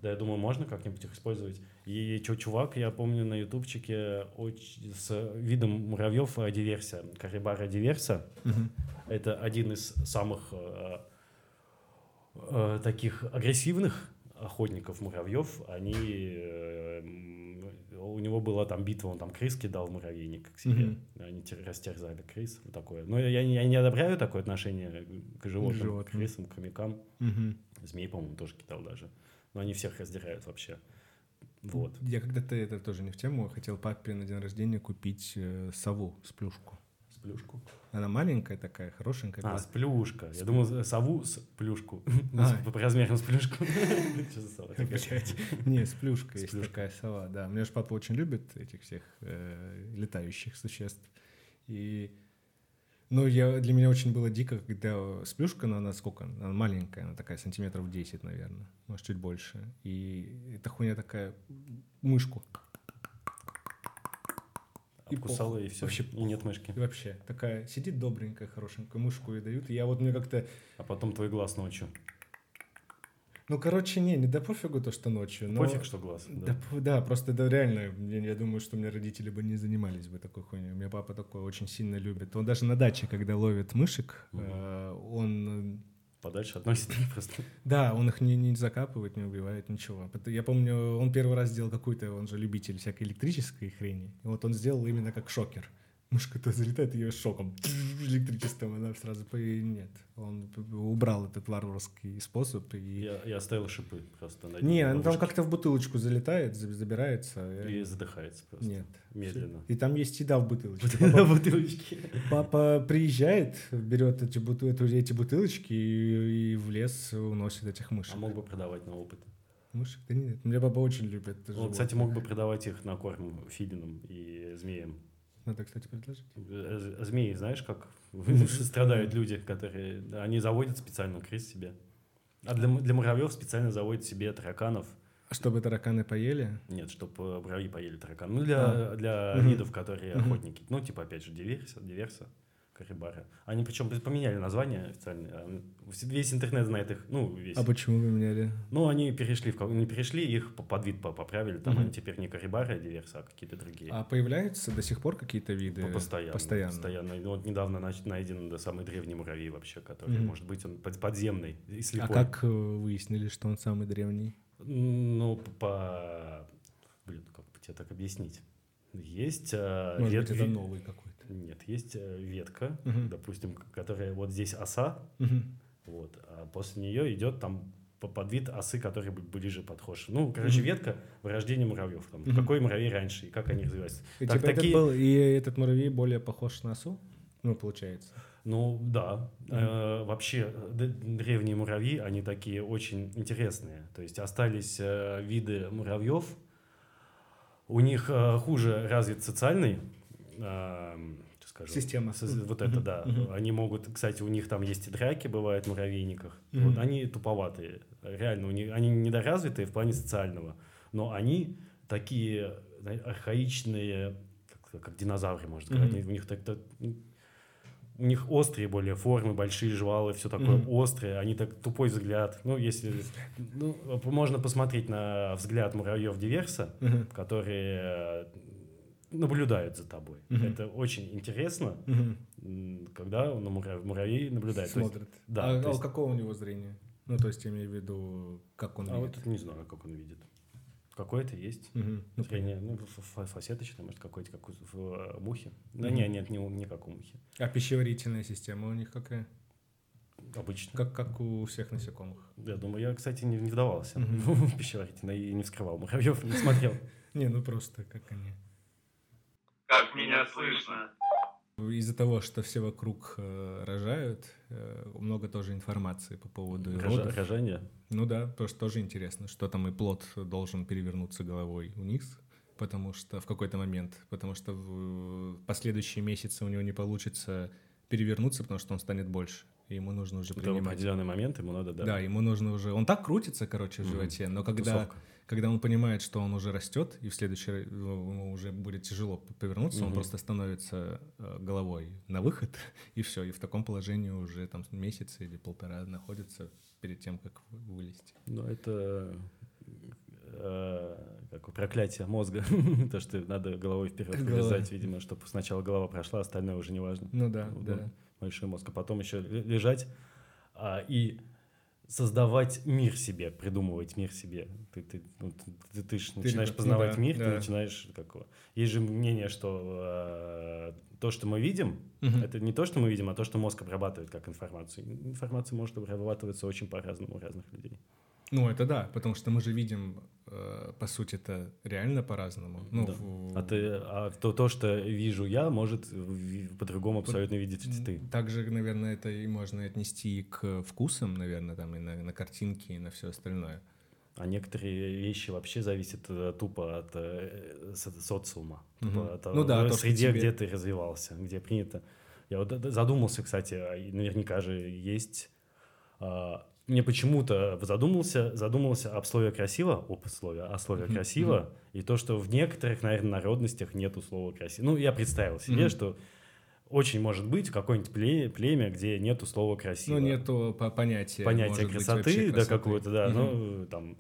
Speaker 2: Да, я думаю, можно как-нибудь их использовать. И чё, чувак, я помню на ютубчике оч- с видом муравьев э, диверсия, Карибара диверса.
Speaker 3: Мгм.
Speaker 2: Это один из самых э, э, таких агрессивных охотников муравьев. Они э, м, у него была там битва, он там крыс кидал в муравейник к себе.
Speaker 3: Мгм.
Speaker 2: Они тер- растерзали крыс, вот такое. Но я, я не одобряю такое отношение к животным, к
Speaker 3: животным.
Speaker 2: крысам, к хомякам.
Speaker 3: Мгм.
Speaker 2: Змей, по-моему, тоже кидал даже. Но они всех раздирают вообще. Вот.
Speaker 3: Я когда-то, это тоже не в тему, а хотел папе на день рождения купить э, сову с плюшку.
Speaker 2: С плюшку.
Speaker 3: Она маленькая такая, хорошенькая.
Speaker 2: А,
Speaker 3: была.
Speaker 2: с плюшка. Я думал, э, сову с плюшку. Ну,
Speaker 3: А.
Speaker 2: с- По размерам с плюшку. Что за сова такая?
Speaker 3: Блядь. Не, с плюшкой
Speaker 2: С
Speaker 3: есть
Speaker 2: плюшкой.
Speaker 3: такая сова, да. У меня же папа очень любит этих всех э, летающих существ. И, ну, я, для меня очень было дико, когда с плюшкой, но она сколько? Она маленькая, она такая, сантиметров 10, наверное, может, чуть больше. И эта хуйня такая, мышку. И
Speaker 2: Обкусала, и все.
Speaker 3: Вообще
Speaker 2: И нет мышки.
Speaker 3: И вообще, такая сидит добренькая, хорошенькая, мышку ей дают. И я вот мне как-то
Speaker 2: А потом твой глаз ночью.
Speaker 3: Ну, короче, не, не до пофигу то, что ночью. Но...
Speaker 2: Пофиг, что глаз.
Speaker 3: Ну, Да.
Speaker 2: да.
Speaker 3: п- да, просто это реально, я, я думаю, что у меня родители бы не занимались бы такой хуйней. У меня папа такое очень сильно любит. Он даже на даче, когда ловит мышек,
Speaker 2: Мгм.
Speaker 3: э, он...
Speaker 2: Подальше относится просто.
Speaker 3: э, Да, он их не, не закапывает, не убивает, ничего. Пот- Я помню, он первый раз сделал какую-то, он же любитель всякой электрической хрени. И вот он сделал именно как шокер. Мышка то залетает, ее шоком, электричеством, она сразу... по- и Нет, он п- убрал этот варварский способ и...
Speaker 2: Я я оставил шипы просто. на
Speaker 3: Не,
Speaker 2: ней,
Speaker 3: он там
Speaker 2: бабушке.
Speaker 3: как-то в бутылочку залетает, заб- забирается.
Speaker 2: И
Speaker 3: э,
Speaker 2: задыхается просто.
Speaker 3: Нет.
Speaker 2: Медленно.
Speaker 3: И там есть еда в бутылочке.
Speaker 2: На
Speaker 3: Папа,
Speaker 2: бутылочке.
Speaker 3: папа приезжает, берет эти, бутыл- эту- эти бутылочки и, и в лес уносит этих мышек.
Speaker 2: А мог бы продавать на опыт.
Speaker 3: Мышек? Да нет, меня папа очень любит.
Speaker 2: Он,
Speaker 3: животных.
Speaker 2: кстати, мог бы продавать их на корм филинам и змеям.
Speaker 3: Надо, кстати, предложить.
Speaker 2: Э, з- Змеи, знаешь, как страдают люди, которые... да, Они заводят специально крыс себе. А для, му- для муравьев специально заводят себе тараканов.
Speaker 3: А Чтобы тараканы поели?
Speaker 2: Нет, чтобы муравьи поели таракан. Ну, для, для
Speaker 3: А. Мгм.
Speaker 2: видов, которые
Speaker 3: Мгм.
Speaker 2: охотники. Ну, типа, опять же, диверса, диверса, карибара. Они причем поменяли название официально. а, вс- Весь интернет знает их. Ну, весь.
Speaker 3: А почему вы меняли?
Speaker 2: Ну, они перешли, в, кого- не перешли, их по- под вид по- поправили. Там
Speaker 3: Мгм.
Speaker 2: они теперь не карибары, а диверса, а какие-то другие.
Speaker 3: А появляются до сих пор какие-то виды?
Speaker 2: Ну, постоянно.
Speaker 3: Э, Постоянно.
Speaker 2: постоянно. И Вот недавно нач- найден да, самый древний муравей вообще, который,
Speaker 3: Мгм.
Speaker 2: может быть, он под- подземный и
Speaker 3: А
Speaker 2: слепой.
Speaker 3: как э, выяснили, что он самый древний?
Speaker 2: Ну, п- по... Блин, как бы тебе так объяснить? Есть э,
Speaker 3: Может быть,
Speaker 2: ветви-
Speaker 3: это новый Хм. какой-то.
Speaker 2: Нет, есть э, ветка,
Speaker 3: Мгм.
Speaker 2: допустим, к- которая вот здесь оса,
Speaker 3: Мгм.
Speaker 2: вот, а после нее идет там по- под вид осы, который бу- ближе подхож. Ну, короче,
Speaker 3: Мгм.
Speaker 2: ветка вырождения муравьев. Там,
Speaker 3: Мгм.
Speaker 2: Какой муравей раньше и как они развивались.
Speaker 3: И,
Speaker 2: Так,
Speaker 3: типа, этот
Speaker 2: такие-
Speaker 3: был- и этот муравей более похож на осу? Ну, получается.
Speaker 2: Ну, да. Э, вообще, э, д- древние муравьи, они такие очень интересные. То есть остались э, виды муравьев. У них э, хуже развит социальный... эм, что скажу?
Speaker 3: Система.
Speaker 2: Со- Вот это,
Speaker 3: Мгм.
Speaker 2: да.
Speaker 3: Мгм.
Speaker 2: Они могут, кстати, у них там есть и драки, бывают в муравейниках.
Speaker 3: Мгм.
Speaker 2: Вот они туповатые. Реально, у них, они недоразвитые в плане социального. Но они такие знаете, архаичные, как, как динозавры, можно сказать.
Speaker 3: Мгм.
Speaker 2: Они- У них так, так- у них острые более формы, большие жвалы, все такое
Speaker 3: Мгм.
Speaker 2: острое. Они так тупой взгляд. Ну, если ну, можно посмотреть на взгляд муравьев диверса,
Speaker 3: Мгм.
Speaker 2: которые э, наблюдают за тобой.
Speaker 3: Мгм.
Speaker 2: Это очень интересно
Speaker 3: Мгм.
Speaker 2: м, когда он на муравей, муравей наблюдает. То есть-
Speaker 3: Смотрит.
Speaker 2: да,
Speaker 3: А,
Speaker 2: то
Speaker 3: а
Speaker 2: есть-
Speaker 3: какого у него зрения? Ну, то есть, я имею в виду, как он
Speaker 2: а вот
Speaker 3: видит.
Speaker 2: это не знаю, как он видит. Какое-то есть.
Speaker 3: Мгм. Ну,
Speaker 2: зрение, ну, ф- ф- фасеточное, может, какое-то, как у в, э, мухи. Да
Speaker 3: Мгм.
Speaker 2: нет, нет, не, у- не как у мухи.
Speaker 3: А пищеварительная система у них какая?
Speaker 2: Обычно.
Speaker 3: Как, как у всех насекомых.
Speaker 2: Я думаю, я, кстати, не, не вдавался
Speaker 3: Мгм.
Speaker 2: в пищеварительное и не вскрывал муравьев, не смотрел.
Speaker 3: Не, ну просто как они.
Speaker 1: Как меня слышно?
Speaker 3: Из-за того, что все вокруг э, рожают, э, много тоже информации по поводу
Speaker 2: Рожа-
Speaker 3: родов.
Speaker 2: Рожание.
Speaker 3: Ну да, потому что тоже интересно, что там и плод должен перевернуться головой вниз, потому что в какой-то момент, потому что в последующие месяцы у него не получится перевернуться, потому что он станет больше, и ему нужно уже
Speaker 2: Это в
Speaker 3: принимать.
Speaker 2: определенный момент ему надо,
Speaker 3: Да.
Speaker 2: Ну, да.
Speaker 3: ему нужно уже... Он так крутится, короче, в
Speaker 2: Мгм.
Speaker 3: животе, но когда,
Speaker 2: Тусовка.
Speaker 3: когда он понимает, что он уже растет, и в следующий раз ну, ему уже будет тяжело п- повернуться, он
Speaker 2: Мгм.
Speaker 3: просто становится э, головой на выход, и все, и в таком положении уже там месяц или полтора находится перед тем, как вы- вылезти.
Speaker 2: Ну, это э, как проклятие мозга. То, что надо головой вперед
Speaker 3: Головой.
Speaker 2: вырезать, видимо, чтобы сначала голова прошла, остальное уже не важно.
Speaker 3: Ну да,
Speaker 2: Ну,
Speaker 3: да.
Speaker 2: Большой мозг. А потом еще лежать а, и создавать мир себе, придумывать мир себе. Ты, ты, ну, ты- ты- ты ж начинаешь
Speaker 3: ребят, ну
Speaker 2: познавать
Speaker 3: да,
Speaker 2: мир,
Speaker 3: да.
Speaker 2: ты начинаешь какого. Есть же мнение, что э, то, что мы видим,
Speaker 3: Мгм.
Speaker 2: это не то, что мы видим, а то, что мозг обрабатывает как информацию. Информация может обрабатываться очень по-разному у разных людей.
Speaker 3: Ну, это да, потому что мы же видим, э, по сути, это реально по-разному. Ну,
Speaker 2: Да.
Speaker 3: в-
Speaker 2: А, ты, а то, то, что вижу я, может в- по-другому абсолютно видеть ты.
Speaker 3: Также, наверное, это и можно отнести и к вкусам, наверное, там, и на, на картинки, и на все остальное.
Speaker 2: А некоторые вещи вообще зависят э, тупо от э, со- социума,
Speaker 3: Мгм.
Speaker 2: тупо от, э,
Speaker 3: Ну да,
Speaker 2: в
Speaker 3: то, что
Speaker 2: среде,
Speaker 3: тебе-
Speaker 2: где ты развивался, где принято. Я вот это задумался, кстати, а и наверняка же есть. а, Мне почему-то задумался, задумался об слове красиво, об слове, о слове
Speaker 3: Мгм,
Speaker 2: красиво, и то, что в некоторых, наверное, народностях нету слова красиво. Ну, я представил себе,
Speaker 3: Мгм.
Speaker 2: что очень может быть какое-нибудь пле- племя, где нету слова красиво
Speaker 3: Ну, нету по- понятия.
Speaker 2: понятие
Speaker 3: может быть,
Speaker 2: красоты,
Speaker 3: вообще
Speaker 2: да,
Speaker 3: красоты.
Speaker 2: какого-то, да,
Speaker 3: Мгм.
Speaker 2: ну, там,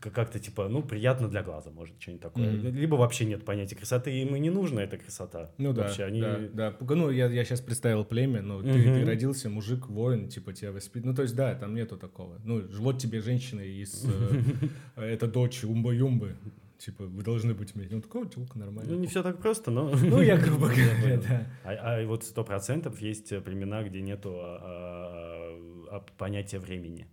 Speaker 2: к- как-то, типа, ну, приятно для глаза, может, что-нибудь такое.
Speaker 3: Мгм.
Speaker 2: Либо вообще нет понятия красоты, им и не нужна эта красота.
Speaker 3: Ну да,
Speaker 2: Вообще они...
Speaker 3: да, да. Пуга- Ну, я, я сейчас представил племя, ну, ты,
Speaker 2: Мгм.
Speaker 3: ты родился, мужик, воин, типа, тебя воспит... Ну, то есть, да, там нету такого. Ну, ж- вот тебе женщина из... э, Это дочь Умба-Юмбы. Типа, вы должны быть вместе. Ну, такого телка нормально.
Speaker 2: Ну, не все так просто, но...
Speaker 3: Ну, я грубо
Speaker 2: Я
Speaker 3: говоря,
Speaker 2: понял.
Speaker 3: да.
Speaker 2: А, а и вот сто процентов есть э, племена, где нету а, а, а, понятия времени.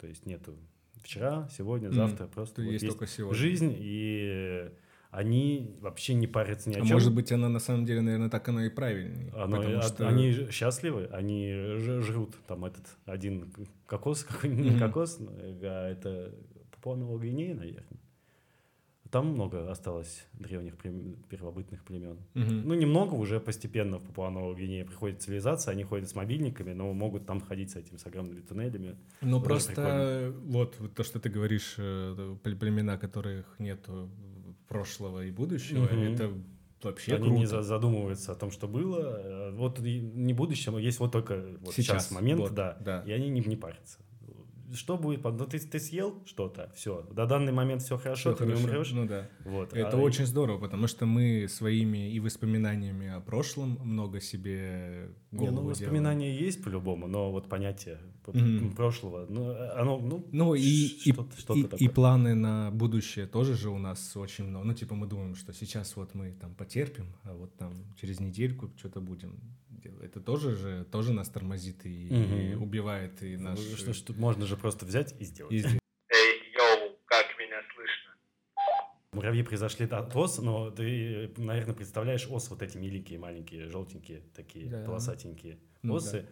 Speaker 2: То есть нету вчера, сегодня,
Speaker 3: Мгм.
Speaker 2: завтра, просто
Speaker 3: Что
Speaker 2: вот
Speaker 3: есть
Speaker 2: есть
Speaker 3: только сегодня.
Speaker 2: жизнь, и они вообще не парятся ни о
Speaker 3: А
Speaker 2: чем.
Speaker 3: может быть, она на самом деле, наверное, так оно и правильнее.
Speaker 2: Оно-
Speaker 3: потому
Speaker 2: а-
Speaker 3: что...
Speaker 2: Они ж- счастливы, они ж- жрут там этот один к- кокос, какой-нибудь, не
Speaker 3: Мгм.
Speaker 2: кокос, э, а это Папуа-Новая Гвинея, наверное. Там много осталось древних плем- первобытных племен.
Speaker 3: Мгм.
Speaker 2: Ну, немного уже постепенно в Папуа-Новой Гвинее приходит цивилизация, они ходят с мобильниками, но могут там ходить с этим, с огромными туннелями.
Speaker 3: Ну,
Speaker 2: Тоже
Speaker 3: просто вот, вот то, что ты говоришь, э, пле- племена, которых нету прошлого и будущего,
Speaker 2: Мгм.
Speaker 3: это вообще
Speaker 2: они
Speaker 3: круто.
Speaker 2: не за- задумываются о том, что было. Э, Вот и не будущее, есть вот только вот сейчас,
Speaker 3: Сейчас,
Speaker 2: момент,
Speaker 3: вот,
Speaker 2: да.
Speaker 3: да.
Speaker 2: И они не, не парятся. что будет? потом? Ну, ты, ты съел что-то, все. До данный момент все хорошо,
Speaker 3: Всё
Speaker 2: А ты не
Speaker 3: хорошо.
Speaker 2: умрешь.
Speaker 3: Ну да.
Speaker 2: вот.
Speaker 3: Это
Speaker 2: а-
Speaker 3: очень здорово, потому что мы своими и воспоминаниями о прошлом много себе
Speaker 2: Не,
Speaker 3: голову
Speaker 2: ну,
Speaker 3: делаем.
Speaker 2: воспоминания есть по-любому, но вот понятие п-
Speaker 3: Мгм.
Speaker 2: прошлого, ну, оно, ну,
Speaker 3: Ну и,
Speaker 2: ш-
Speaker 3: и,
Speaker 2: что-то- что-то
Speaker 3: и, и
Speaker 2: такое.
Speaker 3: планы на будущее тоже же у нас очень много. Ну, типа мы думаем, что сейчас вот мы там потерпим, а вот там через недельку что-то будем делать. Это тоже же тоже нас тормозит и, и
Speaker 2: Мгм.
Speaker 3: убивает и
Speaker 2: Ну,
Speaker 3: наш... э,
Speaker 2: что, что можно же просто взять и сделать.
Speaker 3: и здесь.
Speaker 1: Эй, йоу, как меня слышно?
Speaker 2: Муравьи произошли от ос, но ты, наверное, представляешь ос вот эти миленькие, маленькие, желтенькие, такие
Speaker 3: Да.
Speaker 2: полосатенькие
Speaker 3: Ну
Speaker 2: осы.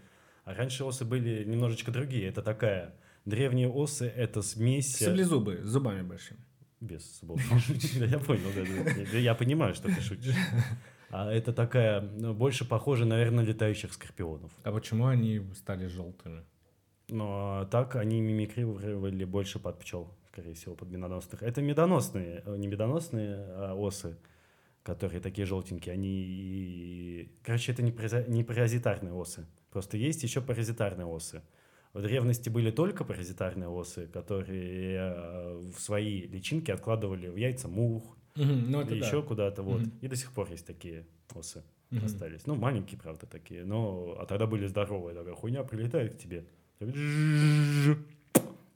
Speaker 2: А раньше осы были немножечко другие. Это такая древние осы, это смесь
Speaker 3: Саблезубые, с зубами большими.
Speaker 2: без зубов. Да, Я понял, да, да, да, я понимаю, что ты шутишь. А это такая ну, больше похожа, наверное, на летающих скорпионов.
Speaker 3: А почему они стали желтыми?
Speaker 2: Но а, так они мимикрировали больше под пчел, скорее всего, под медоносных. Это медоносные, э, не медоносные а осы, которые такие желтенькие. Они, и- короче, это не, параза- не паразитарные осы. Просто есть еще паразитарные осы. В древности были только паразитарные осы, которые э, в свои личинки откладывали в яйца мух,
Speaker 3: Ну,
Speaker 2: или еще куда-то вот.
Speaker 3: Мгм.
Speaker 2: И до сих пор есть такие осы
Speaker 3: Мгм.
Speaker 2: остались. Ну, маленькие, правда, такие. Но, а тогда были здоровые. Такая хуйня прилетает к тебе.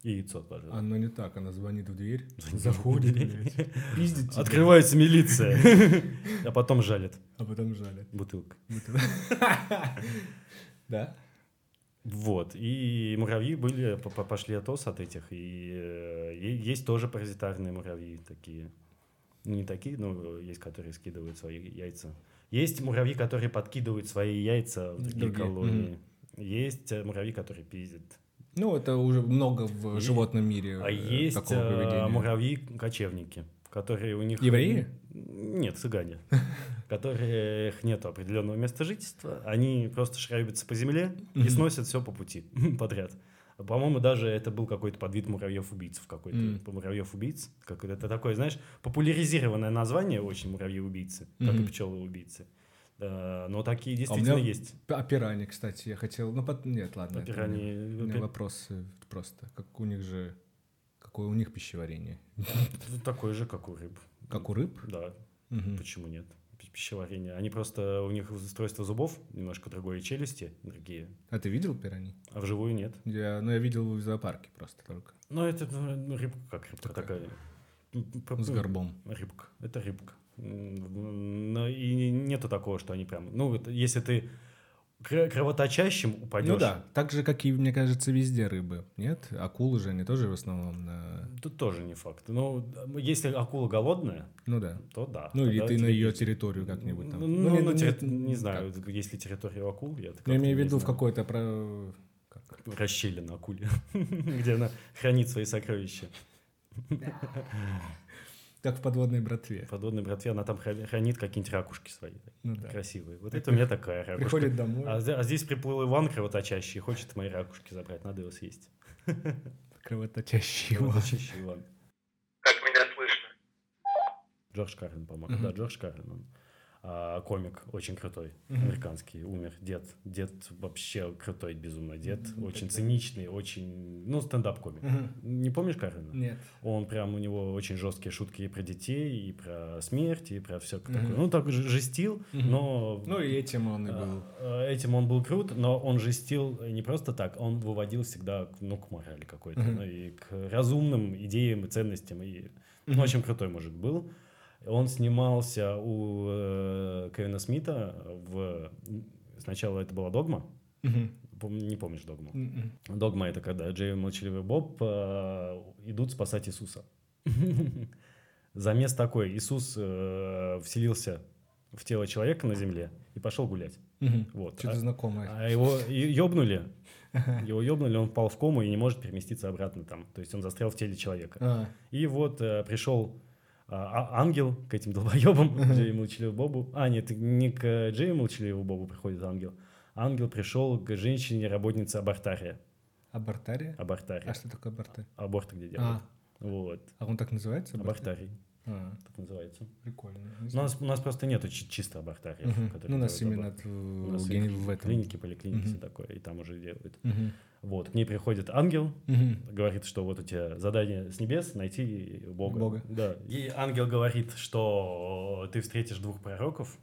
Speaker 2: И яйцо тоже.
Speaker 3: Оно не так, она звонит в дверь,
Speaker 2: Звонит
Speaker 3: заходит,
Speaker 2: в дверь.
Speaker 3: блядь, пиздит тебя,
Speaker 2: Открывается милиция. А потом жалит
Speaker 3: а потом жалит.
Speaker 2: бутылка.
Speaker 3: Да?
Speaker 2: Вот. И муравьи были, п- п- пошли от ос от этих. И э, е- есть тоже паразитарные муравьи такие. Ну, Не такие, но есть, которые скидывают свои яйца. Есть муравьи, которые подкидывают свои яйца в другие
Speaker 3: Другие.
Speaker 2: колонии. Есть э, муравьи, которые пиздят.
Speaker 3: Ну, это уже много в
Speaker 2: Е-
Speaker 3: животном мире
Speaker 2: А
Speaker 3: э,
Speaker 2: есть
Speaker 3: такого
Speaker 2: э,
Speaker 3: поведения.
Speaker 2: муравьи-кочевники, которые у них...
Speaker 3: Евреи?
Speaker 2: Нет, цыгане. Которых нет определенного места жительства. Они просто шрабятся по земле и
Speaker 3: Мгм.
Speaker 2: сносят все по пути подряд. По-моему, даже это был какой-то подвид муравьев-убийцев какой-то.
Speaker 3: Мгм.
Speaker 2: По- Муравьев-убийц. Как это такое, знаешь, популяризированное название очень муравьи-убийцы, как и
Speaker 3: Мгм.
Speaker 2: пчелы-убийцы. Э, Но такие
Speaker 3: А у
Speaker 2: действительно
Speaker 3: меня
Speaker 2: есть.
Speaker 3: А пираньи, кстати, я хотел... Ну, пот- нет, ладно. это
Speaker 2: Пирани-
Speaker 3: У меня у меня вопрос э, просто. Как у них же... Какое у них пищеварение?
Speaker 2: Такой же, как у рыб.
Speaker 3: Как у рыб?
Speaker 2: Да,
Speaker 3: Мгм.
Speaker 2: Почему нет? Пи- Пищеварение. Они просто, у них устройство зубов немножко другое, и челюсти другие,
Speaker 3: А ты видел пираний?
Speaker 2: а вживую нет.
Speaker 3: Я, ну, я видел его в зоопарке просто только.
Speaker 2: Но это ну, ну, рыбка как рыбка
Speaker 3: Такая.
Speaker 2: такая. М, п-
Speaker 3: С
Speaker 2: м,
Speaker 3: горбом. Ну
Speaker 2: Рыбка. Это рыбка. М, Но и не- нету такого, что они прям... Ну, это если ты кр- кровоточащим упадешь...
Speaker 3: Ну да, так же, как и, мне кажется, везде рыбы. Нет? Акулы же, они тоже в основном на...
Speaker 2: Тут тоже не факт. Ну, если акула голодная,
Speaker 3: Ну да.
Speaker 2: то да.
Speaker 3: Ну или
Speaker 2: тогда
Speaker 3: ты на
Speaker 2: тебе-
Speaker 3: ее территорию как-нибудь там.
Speaker 2: Ну, ну, на терри- не,
Speaker 3: так.
Speaker 2: знаю, если территория у акул, я
Speaker 3: Я имею в виду в
Speaker 2: какой
Speaker 3: какой-то... про- как?
Speaker 2: расщелина акуле, где она хранит свои сокровища.
Speaker 3: Как в подводной братве.
Speaker 2: Подводной братве она там хра- хранит какие-нибудь ракушки свои
Speaker 3: Ну да.
Speaker 2: красивые. Вот это у меня такая ракушка.
Speaker 3: Приходит домой.
Speaker 2: А, зде- а здесь приплыл Иван кровоточащий, хочет мои ракушки забрать, надо его съесть.
Speaker 3: Кровоточащий.
Speaker 2: Кровоточащий Иван.
Speaker 1: Как меня слышно?
Speaker 2: Джордж Карлин, по-моему.
Speaker 3: Мгм.
Speaker 2: Да, Джордж Карлин он. А, комик очень крутой,
Speaker 3: Мгм.
Speaker 2: американский, умер. Дед, дед вообще крутой, безумно дед.
Speaker 3: Ну,
Speaker 2: Очень
Speaker 3: тогда.
Speaker 2: циничный, очень, ну, стендап-комик.
Speaker 3: Мгм.
Speaker 2: Не помнишь Карлина?
Speaker 3: Нет.
Speaker 2: Он прям, у него очень жесткие шутки и про детей, и про смерть, и про все
Speaker 3: Мгм.
Speaker 2: такое. Ну, так же- жестил,
Speaker 3: Мгм.
Speaker 2: но...
Speaker 3: Ну и этим он и был.
Speaker 2: э, э, Этим он был крут, но он жестил не просто так, он выводил всегда к- ну, к морали какой-то,
Speaker 3: Мгм.
Speaker 2: ну, и к разумным идеям и ценностям. И... Ну,
Speaker 3: Мгм.
Speaker 2: очень крутой мужик был. Он снимался у э, Кевина Смита в... Сначала это была «Догма»,
Speaker 3: Мгм.
Speaker 2: Пом- не помнишь «Догму».
Speaker 3: Мгм.
Speaker 2: Догма это когда Джей и Молчаливый Боб э, идут спасать Иисуса. Замес такой. Иисус э, вселился в тело человека на земле и пошел гулять.
Speaker 3: Мгм.
Speaker 2: Вот.
Speaker 3: Что-то
Speaker 2: А-
Speaker 3: знакомое.
Speaker 2: А его и- ёбнули. Его ёбнули, он впал в кому и не может переместиться обратно там. То есть он застрял в теле человека.
Speaker 3: А,
Speaker 2: И вот э, пришел э, а- ангел к этим долбоебам, к Джею Молчаливому Бобу. А, нет, не к э, Джею Молчаливому Бобу приходит ангел. Ангел пришел к женщине-работнице абортария.
Speaker 3: Абортария?
Speaker 2: Абортария.
Speaker 3: А что такое абортария?
Speaker 2: Аборты где делают.
Speaker 3: А,
Speaker 2: Вот.
Speaker 3: а он так называется? абортарий?
Speaker 2: Абортарий.
Speaker 3: А,
Speaker 2: так называется.
Speaker 3: прикольно.
Speaker 2: У нас, у нас просто нету чи- чисто абортариев,
Speaker 3: Мгм.
Speaker 2: которые
Speaker 3: Ну, у нас
Speaker 2: делают
Speaker 3: именно
Speaker 2: аборт.
Speaker 3: т-
Speaker 2: У нас
Speaker 3: ген-
Speaker 2: и
Speaker 3: в этом.
Speaker 2: клиники, поликлиники,
Speaker 3: Мгм.
Speaker 2: все такое, и там уже делают.
Speaker 3: Мгм.
Speaker 2: Вот, к ней приходит ангел,
Speaker 3: Мгм.
Speaker 2: говорит, что вот у тебя задание с небес найти Бога.
Speaker 3: Бога.
Speaker 2: Да. И ангел говорит, что ты встретишь двух пророков.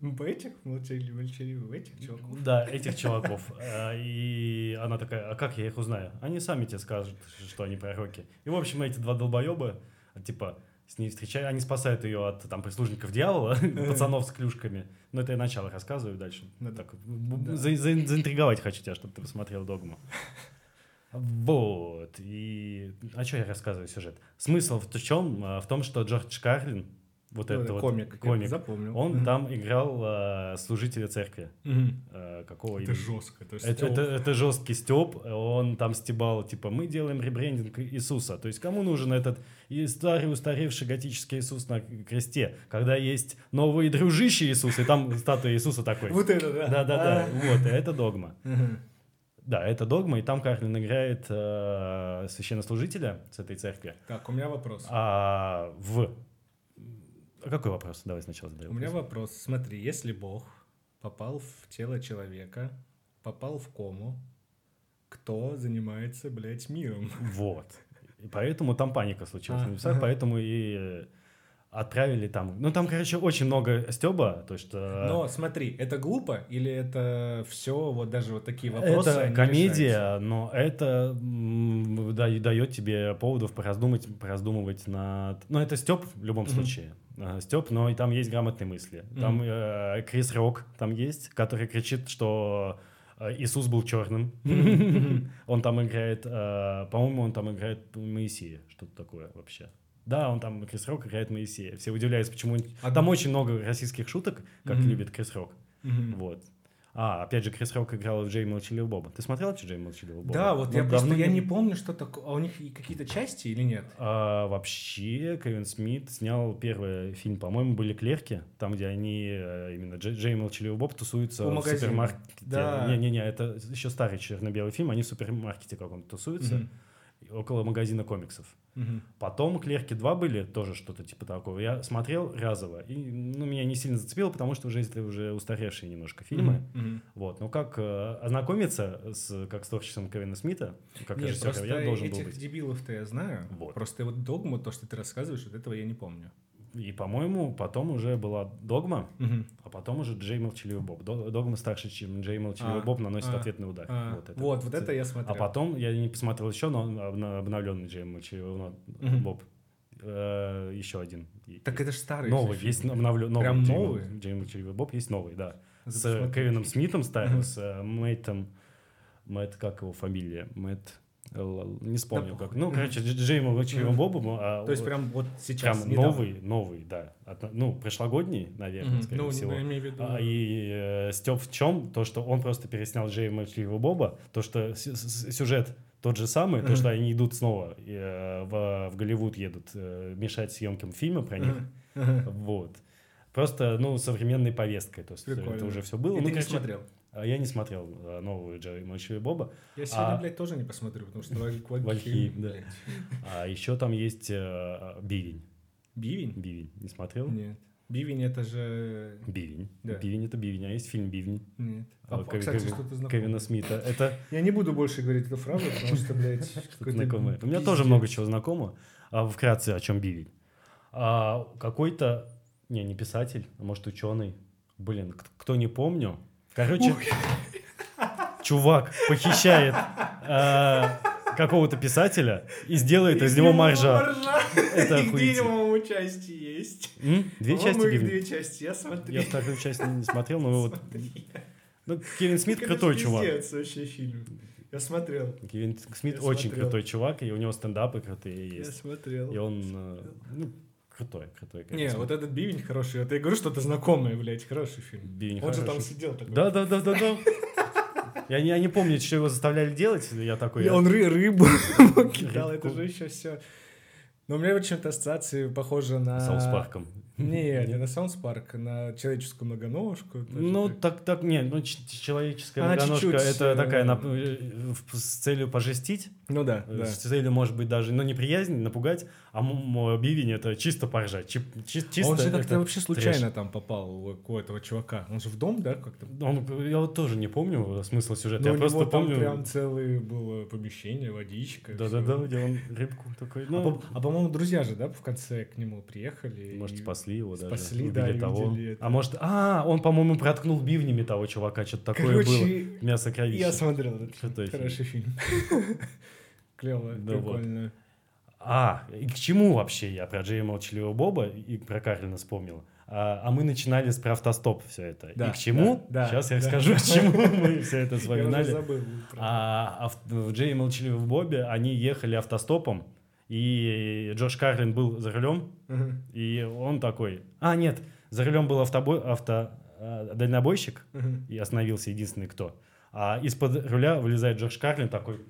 Speaker 3: В Ну, этих молчали, молчали, в этих чуваков.
Speaker 2: Да, этих чуваков. А, И она такая, а как я их узнаю? Они сами тебе скажут, что они пророки. И, в общем, эти два долбоеба, типа, с ней встречают, они спасают ее от там прислужников дьявола, пацанов с клюшками. Но это я начало рассказываю дальше.
Speaker 3: Э. Ну да.
Speaker 2: Так, м,
Speaker 3: Да.
Speaker 2: за- за- заинтриговать хочу тебя, чтобы ты посмотрел «Догму». Вот. И... А что я рассказываю сюжет? Смысл в чем? В том, что Джордж Карлин, вот
Speaker 3: Ну,
Speaker 2: этот
Speaker 3: да,
Speaker 2: вот
Speaker 3: комик. я
Speaker 2: комик,
Speaker 3: запомнил.
Speaker 2: он
Speaker 3: Мгм.
Speaker 2: там играл а, служителя церкви.
Speaker 3: Мгм.
Speaker 2: А, Какого
Speaker 3: Это
Speaker 2: имени?
Speaker 3: жестко. То есть
Speaker 2: Это,
Speaker 3: Стёп-
Speaker 2: это, это жесткий степ, он там стебал, типа, мы делаем ребрендинг Иисуса. То есть кому нужен этот и старый устаревший готический Иисус на кресте, когда есть новые дружище Иисус, и там статуя Иисуса такой.
Speaker 3: Вот это, да.
Speaker 2: Да-да-да,
Speaker 3: А.
Speaker 2: вот, и это догма.
Speaker 3: Мгм.
Speaker 2: Да, это догма, и там Карлин играет э, священнослужителя с этой церкви.
Speaker 3: Так, у меня вопрос.
Speaker 2: А в... А какой вопрос? Давай сначала задай
Speaker 3: У меня
Speaker 2: вопрос.
Speaker 3: вопрос. Смотри, если Бог попал в тело человека, попал в кому, кто занимается, блядь, миром?
Speaker 2: Вот. И поэтому там паника случилась
Speaker 3: А,
Speaker 2: на небесах,
Speaker 3: ага.
Speaker 2: поэтому и э, отправили там. Ну, там, короче, очень много стеба, то есть... э,
Speaker 3: Но смотри, это глупо или это все, вот даже вот такие вопросы?
Speaker 2: это
Speaker 3: они решаются?
Speaker 2: комедия, но это м, да- дает тебе поводов пораздумать, пораздумывать над... Ну, это степ в любом
Speaker 3: Мгм.
Speaker 2: случае. Степ, но и там есть грамотные мысли. Там
Speaker 3: Мгм.
Speaker 2: э, Крис Рок там есть, который кричит, что э, Иисус был черным. Он там играет, э, по-моему, он там играет Моисея, что-то такое вообще. Да, он там, Крис Рок играет Моисея. Все удивляются, почему... он-
Speaker 3: А-
Speaker 2: Там очень много российских шуток, как
Speaker 3: Мгм.
Speaker 2: любит Крис Рок.
Speaker 3: Мгм.
Speaker 2: Вот. А, опять же, Крис Рок играл в Джей Молчаливого Боба. Ты смотрел вообще Джей Молчаливого Боба?
Speaker 3: Да, вот
Speaker 2: Ну,
Speaker 3: я просто
Speaker 2: давно
Speaker 3: я не помню, что такое. А у них и какие-то части или нет?
Speaker 2: А, вообще, Кевин Смит снял первый фильм, по-моему, были «Клерки», там, где они, э, именно Джей, Джей и Молчаливый Боб, тусуются
Speaker 3: У
Speaker 2: в
Speaker 3: магазина.
Speaker 2: супермаркете.
Speaker 3: Да.
Speaker 2: Не-не-не, это еще старый черно-белый фильм, они в супермаркете каком-то тусуются,
Speaker 3: Мгм.
Speaker 2: около магазина комиксов.
Speaker 3: Мгм.
Speaker 2: Потом «Клерки 2» были, тоже что-то типа такого. Я смотрел разово, и ну, меня не сильно зацепило, потому что уже, это уже устаревшие немножко фильмы.
Speaker 3: Мгм.
Speaker 2: Вот, ну как э, ознакомиться с как с творчеством Кевина Смита, как
Speaker 3: Нет,
Speaker 2: режиссера,
Speaker 3: просто
Speaker 2: я должен был
Speaker 3: этих
Speaker 2: быть.
Speaker 3: дебилов-то я знаю.
Speaker 2: Вот.
Speaker 3: Просто вот догму, то, что ты рассказываешь, вот этого я не помню.
Speaker 2: И, по-моему, потом уже была «Догма»,
Speaker 3: Мгм.
Speaker 2: а потом уже «Джей Молчаливый Боб». До- «Догма» старше, чем «Джей Молчаливый
Speaker 3: А,
Speaker 2: Боб» наносит
Speaker 3: а,
Speaker 2: ответный удар.
Speaker 3: А,
Speaker 2: Вот это.
Speaker 3: Вот, вот это я
Speaker 2: А
Speaker 3: смотрел.
Speaker 2: потом, я не посмотрел еще, но обновленный «Джей Молчаливый но-
Speaker 3: Мгм.
Speaker 2: Боб». Э, Еще один. И-
Speaker 3: Так это же старый.
Speaker 2: Новый,
Speaker 3: же
Speaker 2: есть
Speaker 3: фильм.
Speaker 2: обновленный. Новый
Speaker 3: Прям
Speaker 2: «Джей Мол-
Speaker 3: новый?
Speaker 2: «Джей Молчаливый Боб» есть новый, да.
Speaker 3: Надо
Speaker 2: с
Speaker 3: посмотреть.
Speaker 2: Кевином Смитом старым,
Speaker 3: Мгм.
Speaker 2: с э, Мэттом. Мэтт, как его фамилия? Мэтт, л- л- не вспомнил
Speaker 3: похуй.
Speaker 2: как. Ну,
Speaker 3: Мгм.
Speaker 2: короче, Дж- Джеймом Лучевым
Speaker 3: Мгм.
Speaker 2: Бобом. а
Speaker 3: То есть
Speaker 2: вот
Speaker 3: прям вот
Speaker 2: прям
Speaker 3: сейчас. недавно.
Speaker 2: новый, новый, да. Отно- ну, прошлогодний, наверное,
Speaker 3: Мгм.
Speaker 2: скорее
Speaker 3: Ну,
Speaker 2: всего.
Speaker 3: я имею в виду.
Speaker 2: А, и Степ в чем? То, что он просто переснял Джейма Лучевого Боба, то, что с- с- сюжет тот же самый, то,
Speaker 3: Мгм.
Speaker 2: что они идут снова э, в, в Голливуд едут э, мешать съемкам фильма про них.
Speaker 3: Ага, ага.
Speaker 2: Вот. Просто, ну, современной повесткой. То есть это
Speaker 3: Прикольно.
Speaker 2: уже все было.
Speaker 3: И
Speaker 2: ну,
Speaker 3: ты не
Speaker 2: короче,
Speaker 3: смотрел.
Speaker 2: а Я не смотрел э, новую Джерри Мочу и Боба.
Speaker 3: Я сегодня,
Speaker 2: А-
Speaker 3: блядь, тоже не посмотрю, потому что
Speaker 2: Вальхейм,
Speaker 3: Вальхейм,
Speaker 2: да.
Speaker 3: блядь.
Speaker 2: А еще там есть э, Бивень.
Speaker 3: Бивень?
Speaker 2: Бивень. Не смотрел?
Speaker 3: Нет. Бивень это же...
Speaker 2: Бивень.
Speaker 3: Да.
Speaker 2: Бивень это Бивень, а есть фильм Бивень.
Speaker 3: Нет. А,
Speaker 2: Э, Кеви-
Speaker 3: кстати,
Speaker 2: Кеви-
Speaker 3: что-то
Speaker 2: Кевина
Speaker 3: знакомое.
Speaker 2: Смита. Это
Speaker 3: Я не буду больше говорить эту фразу, потому что, блядь,
Speaker 2: что-то
Speaker 3: какой-то
Speaker 2: знакомое. У меня
Speaker 3: пиздец.
Speaker 2: тоже много чего знакомого. А, Вкратце, о чем Бивень. А, Какой-то, не, не писатель, а может ученый. Блин, к- кто не помню. Короче, чувак похищает э, какого-то писателя и сделает из него маржа. Это
Speaker 3: И где
Speaker 2: охуительно.
Speaker 3: его части есть?
Speaker 2: М? Две
Speaker 3: По-моему,
Speaker 2: части
Speaker 3: их
Speaker 2: Бивня?
Speaker 3: Две части, я
Speaker 2: Я
Speaker 3: смотрел.
Speaker 2: вторую часть не смотрел, но вот...
Speaker 3: Смотри.
Speaker 2: Ну, Кевин Смит
Speaker 3: Так это
Speaker 2: крутой
Speaker 3: ж
Speaker 2: чувак.
Speaker 3: пиздец вообще фильм. Я смотрел.
Speaker 2: Кевин Смит
Speaker 3: Я
Speaker 2: очень
Speaker 3: смотрел.
Speaker 2: крутой чувак, и у него стендапы крутые
Speaker 3: Я
Speaker 2: есть.
Speaker 3: смотрел.
Speaker 2: И он, э, ну, крутой, крутой. Кевин
Speaker 3: Не,
Speaker 2: Смит.
Speaker 3: вот этот бивень хороший. Вот я говорю, что-то знакомое, блядь, хороший фильм.
Speaker 2: Бивень
Speaker 3: Он же там
Speaker 2: хороший.
Speaker 3: сидел такой.
Speaker 2: Да-да-да-да-да. Я не, я не помню, что его заставляли делать, я такой...
Speaker 3: И
Speaker 2: я-
Speaker 3: он ры- рыбу кидал, это
Speaker 2: Рыбку.
Speaker 3: же еще все. Но у меня вот чем-то ассоциации похоже на...
Speaker 2: Саус Парком.
Speaker 3: Нет, не на саундспарк, на человеческую многоножку. даже
Speaker 2: Ну,
Speaker 3: так.
Speaker 2: так, так, не, ну, ч- человеческая
Speaker 3: Она
Speaker 2: многоножка
Speaker 3: чуть-чуть,
Speaker 2: это
Speaker 3: э,
Speaker 2: такая нап- э, в- с целью пожестить,
Speaker 3: ну да,
Speaker 2: э,
Speaker 3: да.
Speaker 2: с целью, может быть, даже, ну, неприязнь, напугать, а м- м- бивень это чисто поржать, чи- чи-
Speaker 3: А
Speaker 2: чисто
Speaker 3: он же как-то
Speaker 2: это-
Speaker 3: вообще случайно там попал у какого-то чувака. Он же в дом, да, как-то?
Speaker 2: Он- я вот тоже не помню смысла сюжета,
Speaker 3: Ну,
Speaker 2: я
Speaker 3: у него
Speaker 2: просто
Speaker 3: там
Speaker 2: помню...
Speaker 3: прям целое было помещение, водичка.
Speaker 2: Да-да-да,
Speaker 3: всё.
Speaker 2: где он рыбку такой,
Speaker 3: А,
Speaker 2: ну,
Speaker 3: по- а, по-моему, друзья же, да, в конце к нему приехали.
Speaker 2: может,
Speaker 3: и-
Speaker 2: спасли его даже,
Speaker 3: спасли,
Speaker 2: убили
Speaker 3: да, и
Speaker 2: того.
Speaker 3: увидели это.
Speaker 2: А может, а, он, по-моему, проткнул бивнями того чувака, что-то такое было,
Speaker 3: Короче,
Speaker 2: мясо кровище.
Speaker 3: я смотрел этот фильм.
Speaker 2: Крутой фильм.
Speaker 3: Хороший фильм. Клево,
Speaker 2: Да вот.
Speaker 3: прикольно.
Speaker 2: А, и к чему вообще я про Джея Молчаливого Боба и про Карлина вспомнил? А, а мы начинали с про автостоп все это.
Speaker 3: Да,
Speaker 2: и к чему?
Speaker 3: да, да,
Speaker 2: Сейчас я
Speaker 3: да.
Speaker 2: расскажу, к чему мы все это
Speaker 3: Я уже
Speaker 2: вспоминали.
Speaker 3: забыл. про-
Speaker 2: А ав- в Джее Молчаливом Бобе они ехали автостопом, и Джош Карлин был за рулем,
Speaker 3: Мгм,
Speaker 2: и он такой... А, нет, за рулем был автобой, авто, э, дальнобойщик,
Speaker 3: мгм.
Speaker 2: и остановился единственный кто. А из-под руля вылезает Джордж Карлин такой,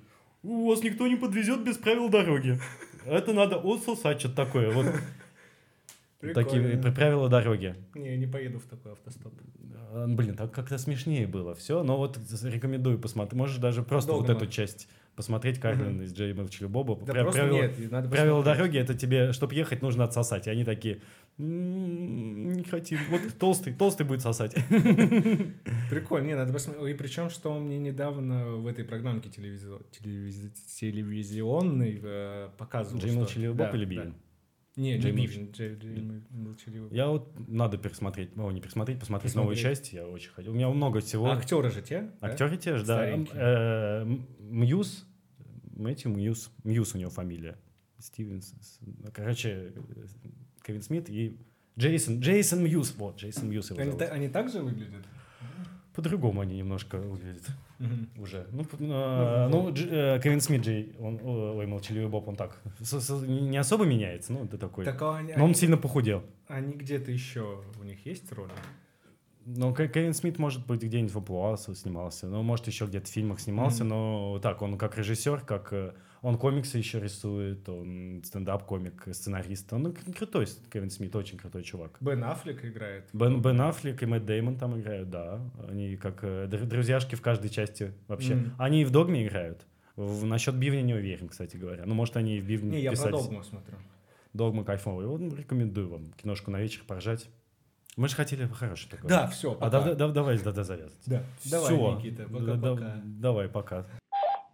Speaker 2: у вас никто не подвезет без правил дороги. Это надо отсосать что-то такое. Вот такие
Speaker 3: Прикольно.
Speaker 2: пр- правила дороги.
Speaker 3: Не, я не поеду в такой автостоп.
Speaker 2: Э, Блин, так как-то смешнее было все. Но вот с- рекомендую посмотреть. Можешь даже просто
Speaker 3: Долго
Speaker 2: вот эту
Speaker 3: надо.
Speaker 2: часть посмотреть Карлин из Джей Эм Боба.
Speaker 3: Да просто нет, и надо
Speaker 2: Правила
Speaker 3: посмотреть.
Speaker 2: дороги это тебе, чтобы ехать, нужно отсосать. И они такие, «М, не хотим. Вот толстый, толстый будет сосать.
Speaker 3: Прикольно, не, надо посмотреть. И причем, что мне недавно в этой программке телевизио- телевизи- телевизионной э, показывал.
Speaker 2: Джей
Speaker 3: что-
Speaker 2: Молчаливый Боб
Speaker 3: Да,
Speaker 2: или
Speaker 3: да.
Speaker 2: Бивень?
Speaker 3: Не, не
Speaker 2: Джей
Speaker 3: Бивень, Джей- Джей Мол- Молчаливый Боб.
Speaker 2: Я вот надо пересмотреть, ну, не пересмотреть, посмотреть
Speaker 3: Посмотреть.
Speaker 2: новую часть. Я очень хочу. У меня много всего.
Speaker 3: А актеры же те? да?
Speaker 2: Актеры те же, да. М-
Speaker 3: Старенькие.
Speaker 2: э, М- Мьюз, Мэтью Мьюз, Мьюз у него фамилия. Стивенс, с- ну, короче, э, Кевин Смит и Джейсон, Джейсон Мьюз, вот, Джейсон Мьюз его
Speaker 3: Они,
Speaker 2: зовут.
Speaker 3: та- они так же выглядят?
Speaker 2: По-другому они немножко выглядят
Speaker 3: Мгм.
Speaker 2: уже. Ну, п- э,
Speaker 3: Ну,
Speaker 2: ну, Дж- э, Кевин Смит, Джей, он, о, ой, молчаливый Боб, он так, с- с- не особо меняется, ну, ты такой.
Speaker 3: Так а они,
Speaker 2: Но он сильно похудел.
Speaker 3: они где-то еще, у них есть роли?
Speaker 2: Ну, Ке- Кевин Смит, может быть, где-нибудь в Аплуасу снимался, ну, может, еще где-то в фильмах снимался,
Speaker 3: Мгм.
Speaker 2: но так, он как режиссер, как... э, Он комиксы еще рисует, он стендап-комик, сценарист. Он ну, к- крутой, с- Кевин Смит, очень крутой чувак.
Speaker 3: Бен Аффлек играет.
Speaker 2: Бен, Бен Аффлек и Мэтт Деймон там играют, да. Они как э, дру- друзьяшки в каждой части вообще.
Speaker 3: Мгм.
Speaker 2: Они и в «Догме» играют. В- насчет «Бивня» не уверен, кстати говоря. Ну, может, они и в «Бивне»
Speaker 3: Не, я про
Speaker 2: писались.
Speaker 3: Догму смотрю.
Speaker 2: «Догма» кайфовый. Вот, ну, рекомендую вам киношку на вечер поржать. Мы же хотели хороший такой.
Speaker 3: Да, все,
Speaker 2: А да- да- давай да, да, завязывать.
Speaker 3: Да, давай,
Speaker 2: Всё.
Speaker 3: Никита,
Speaker 2: Да- да-
Speaker 3: пока-пока.
Speaker 2: Давай, пока.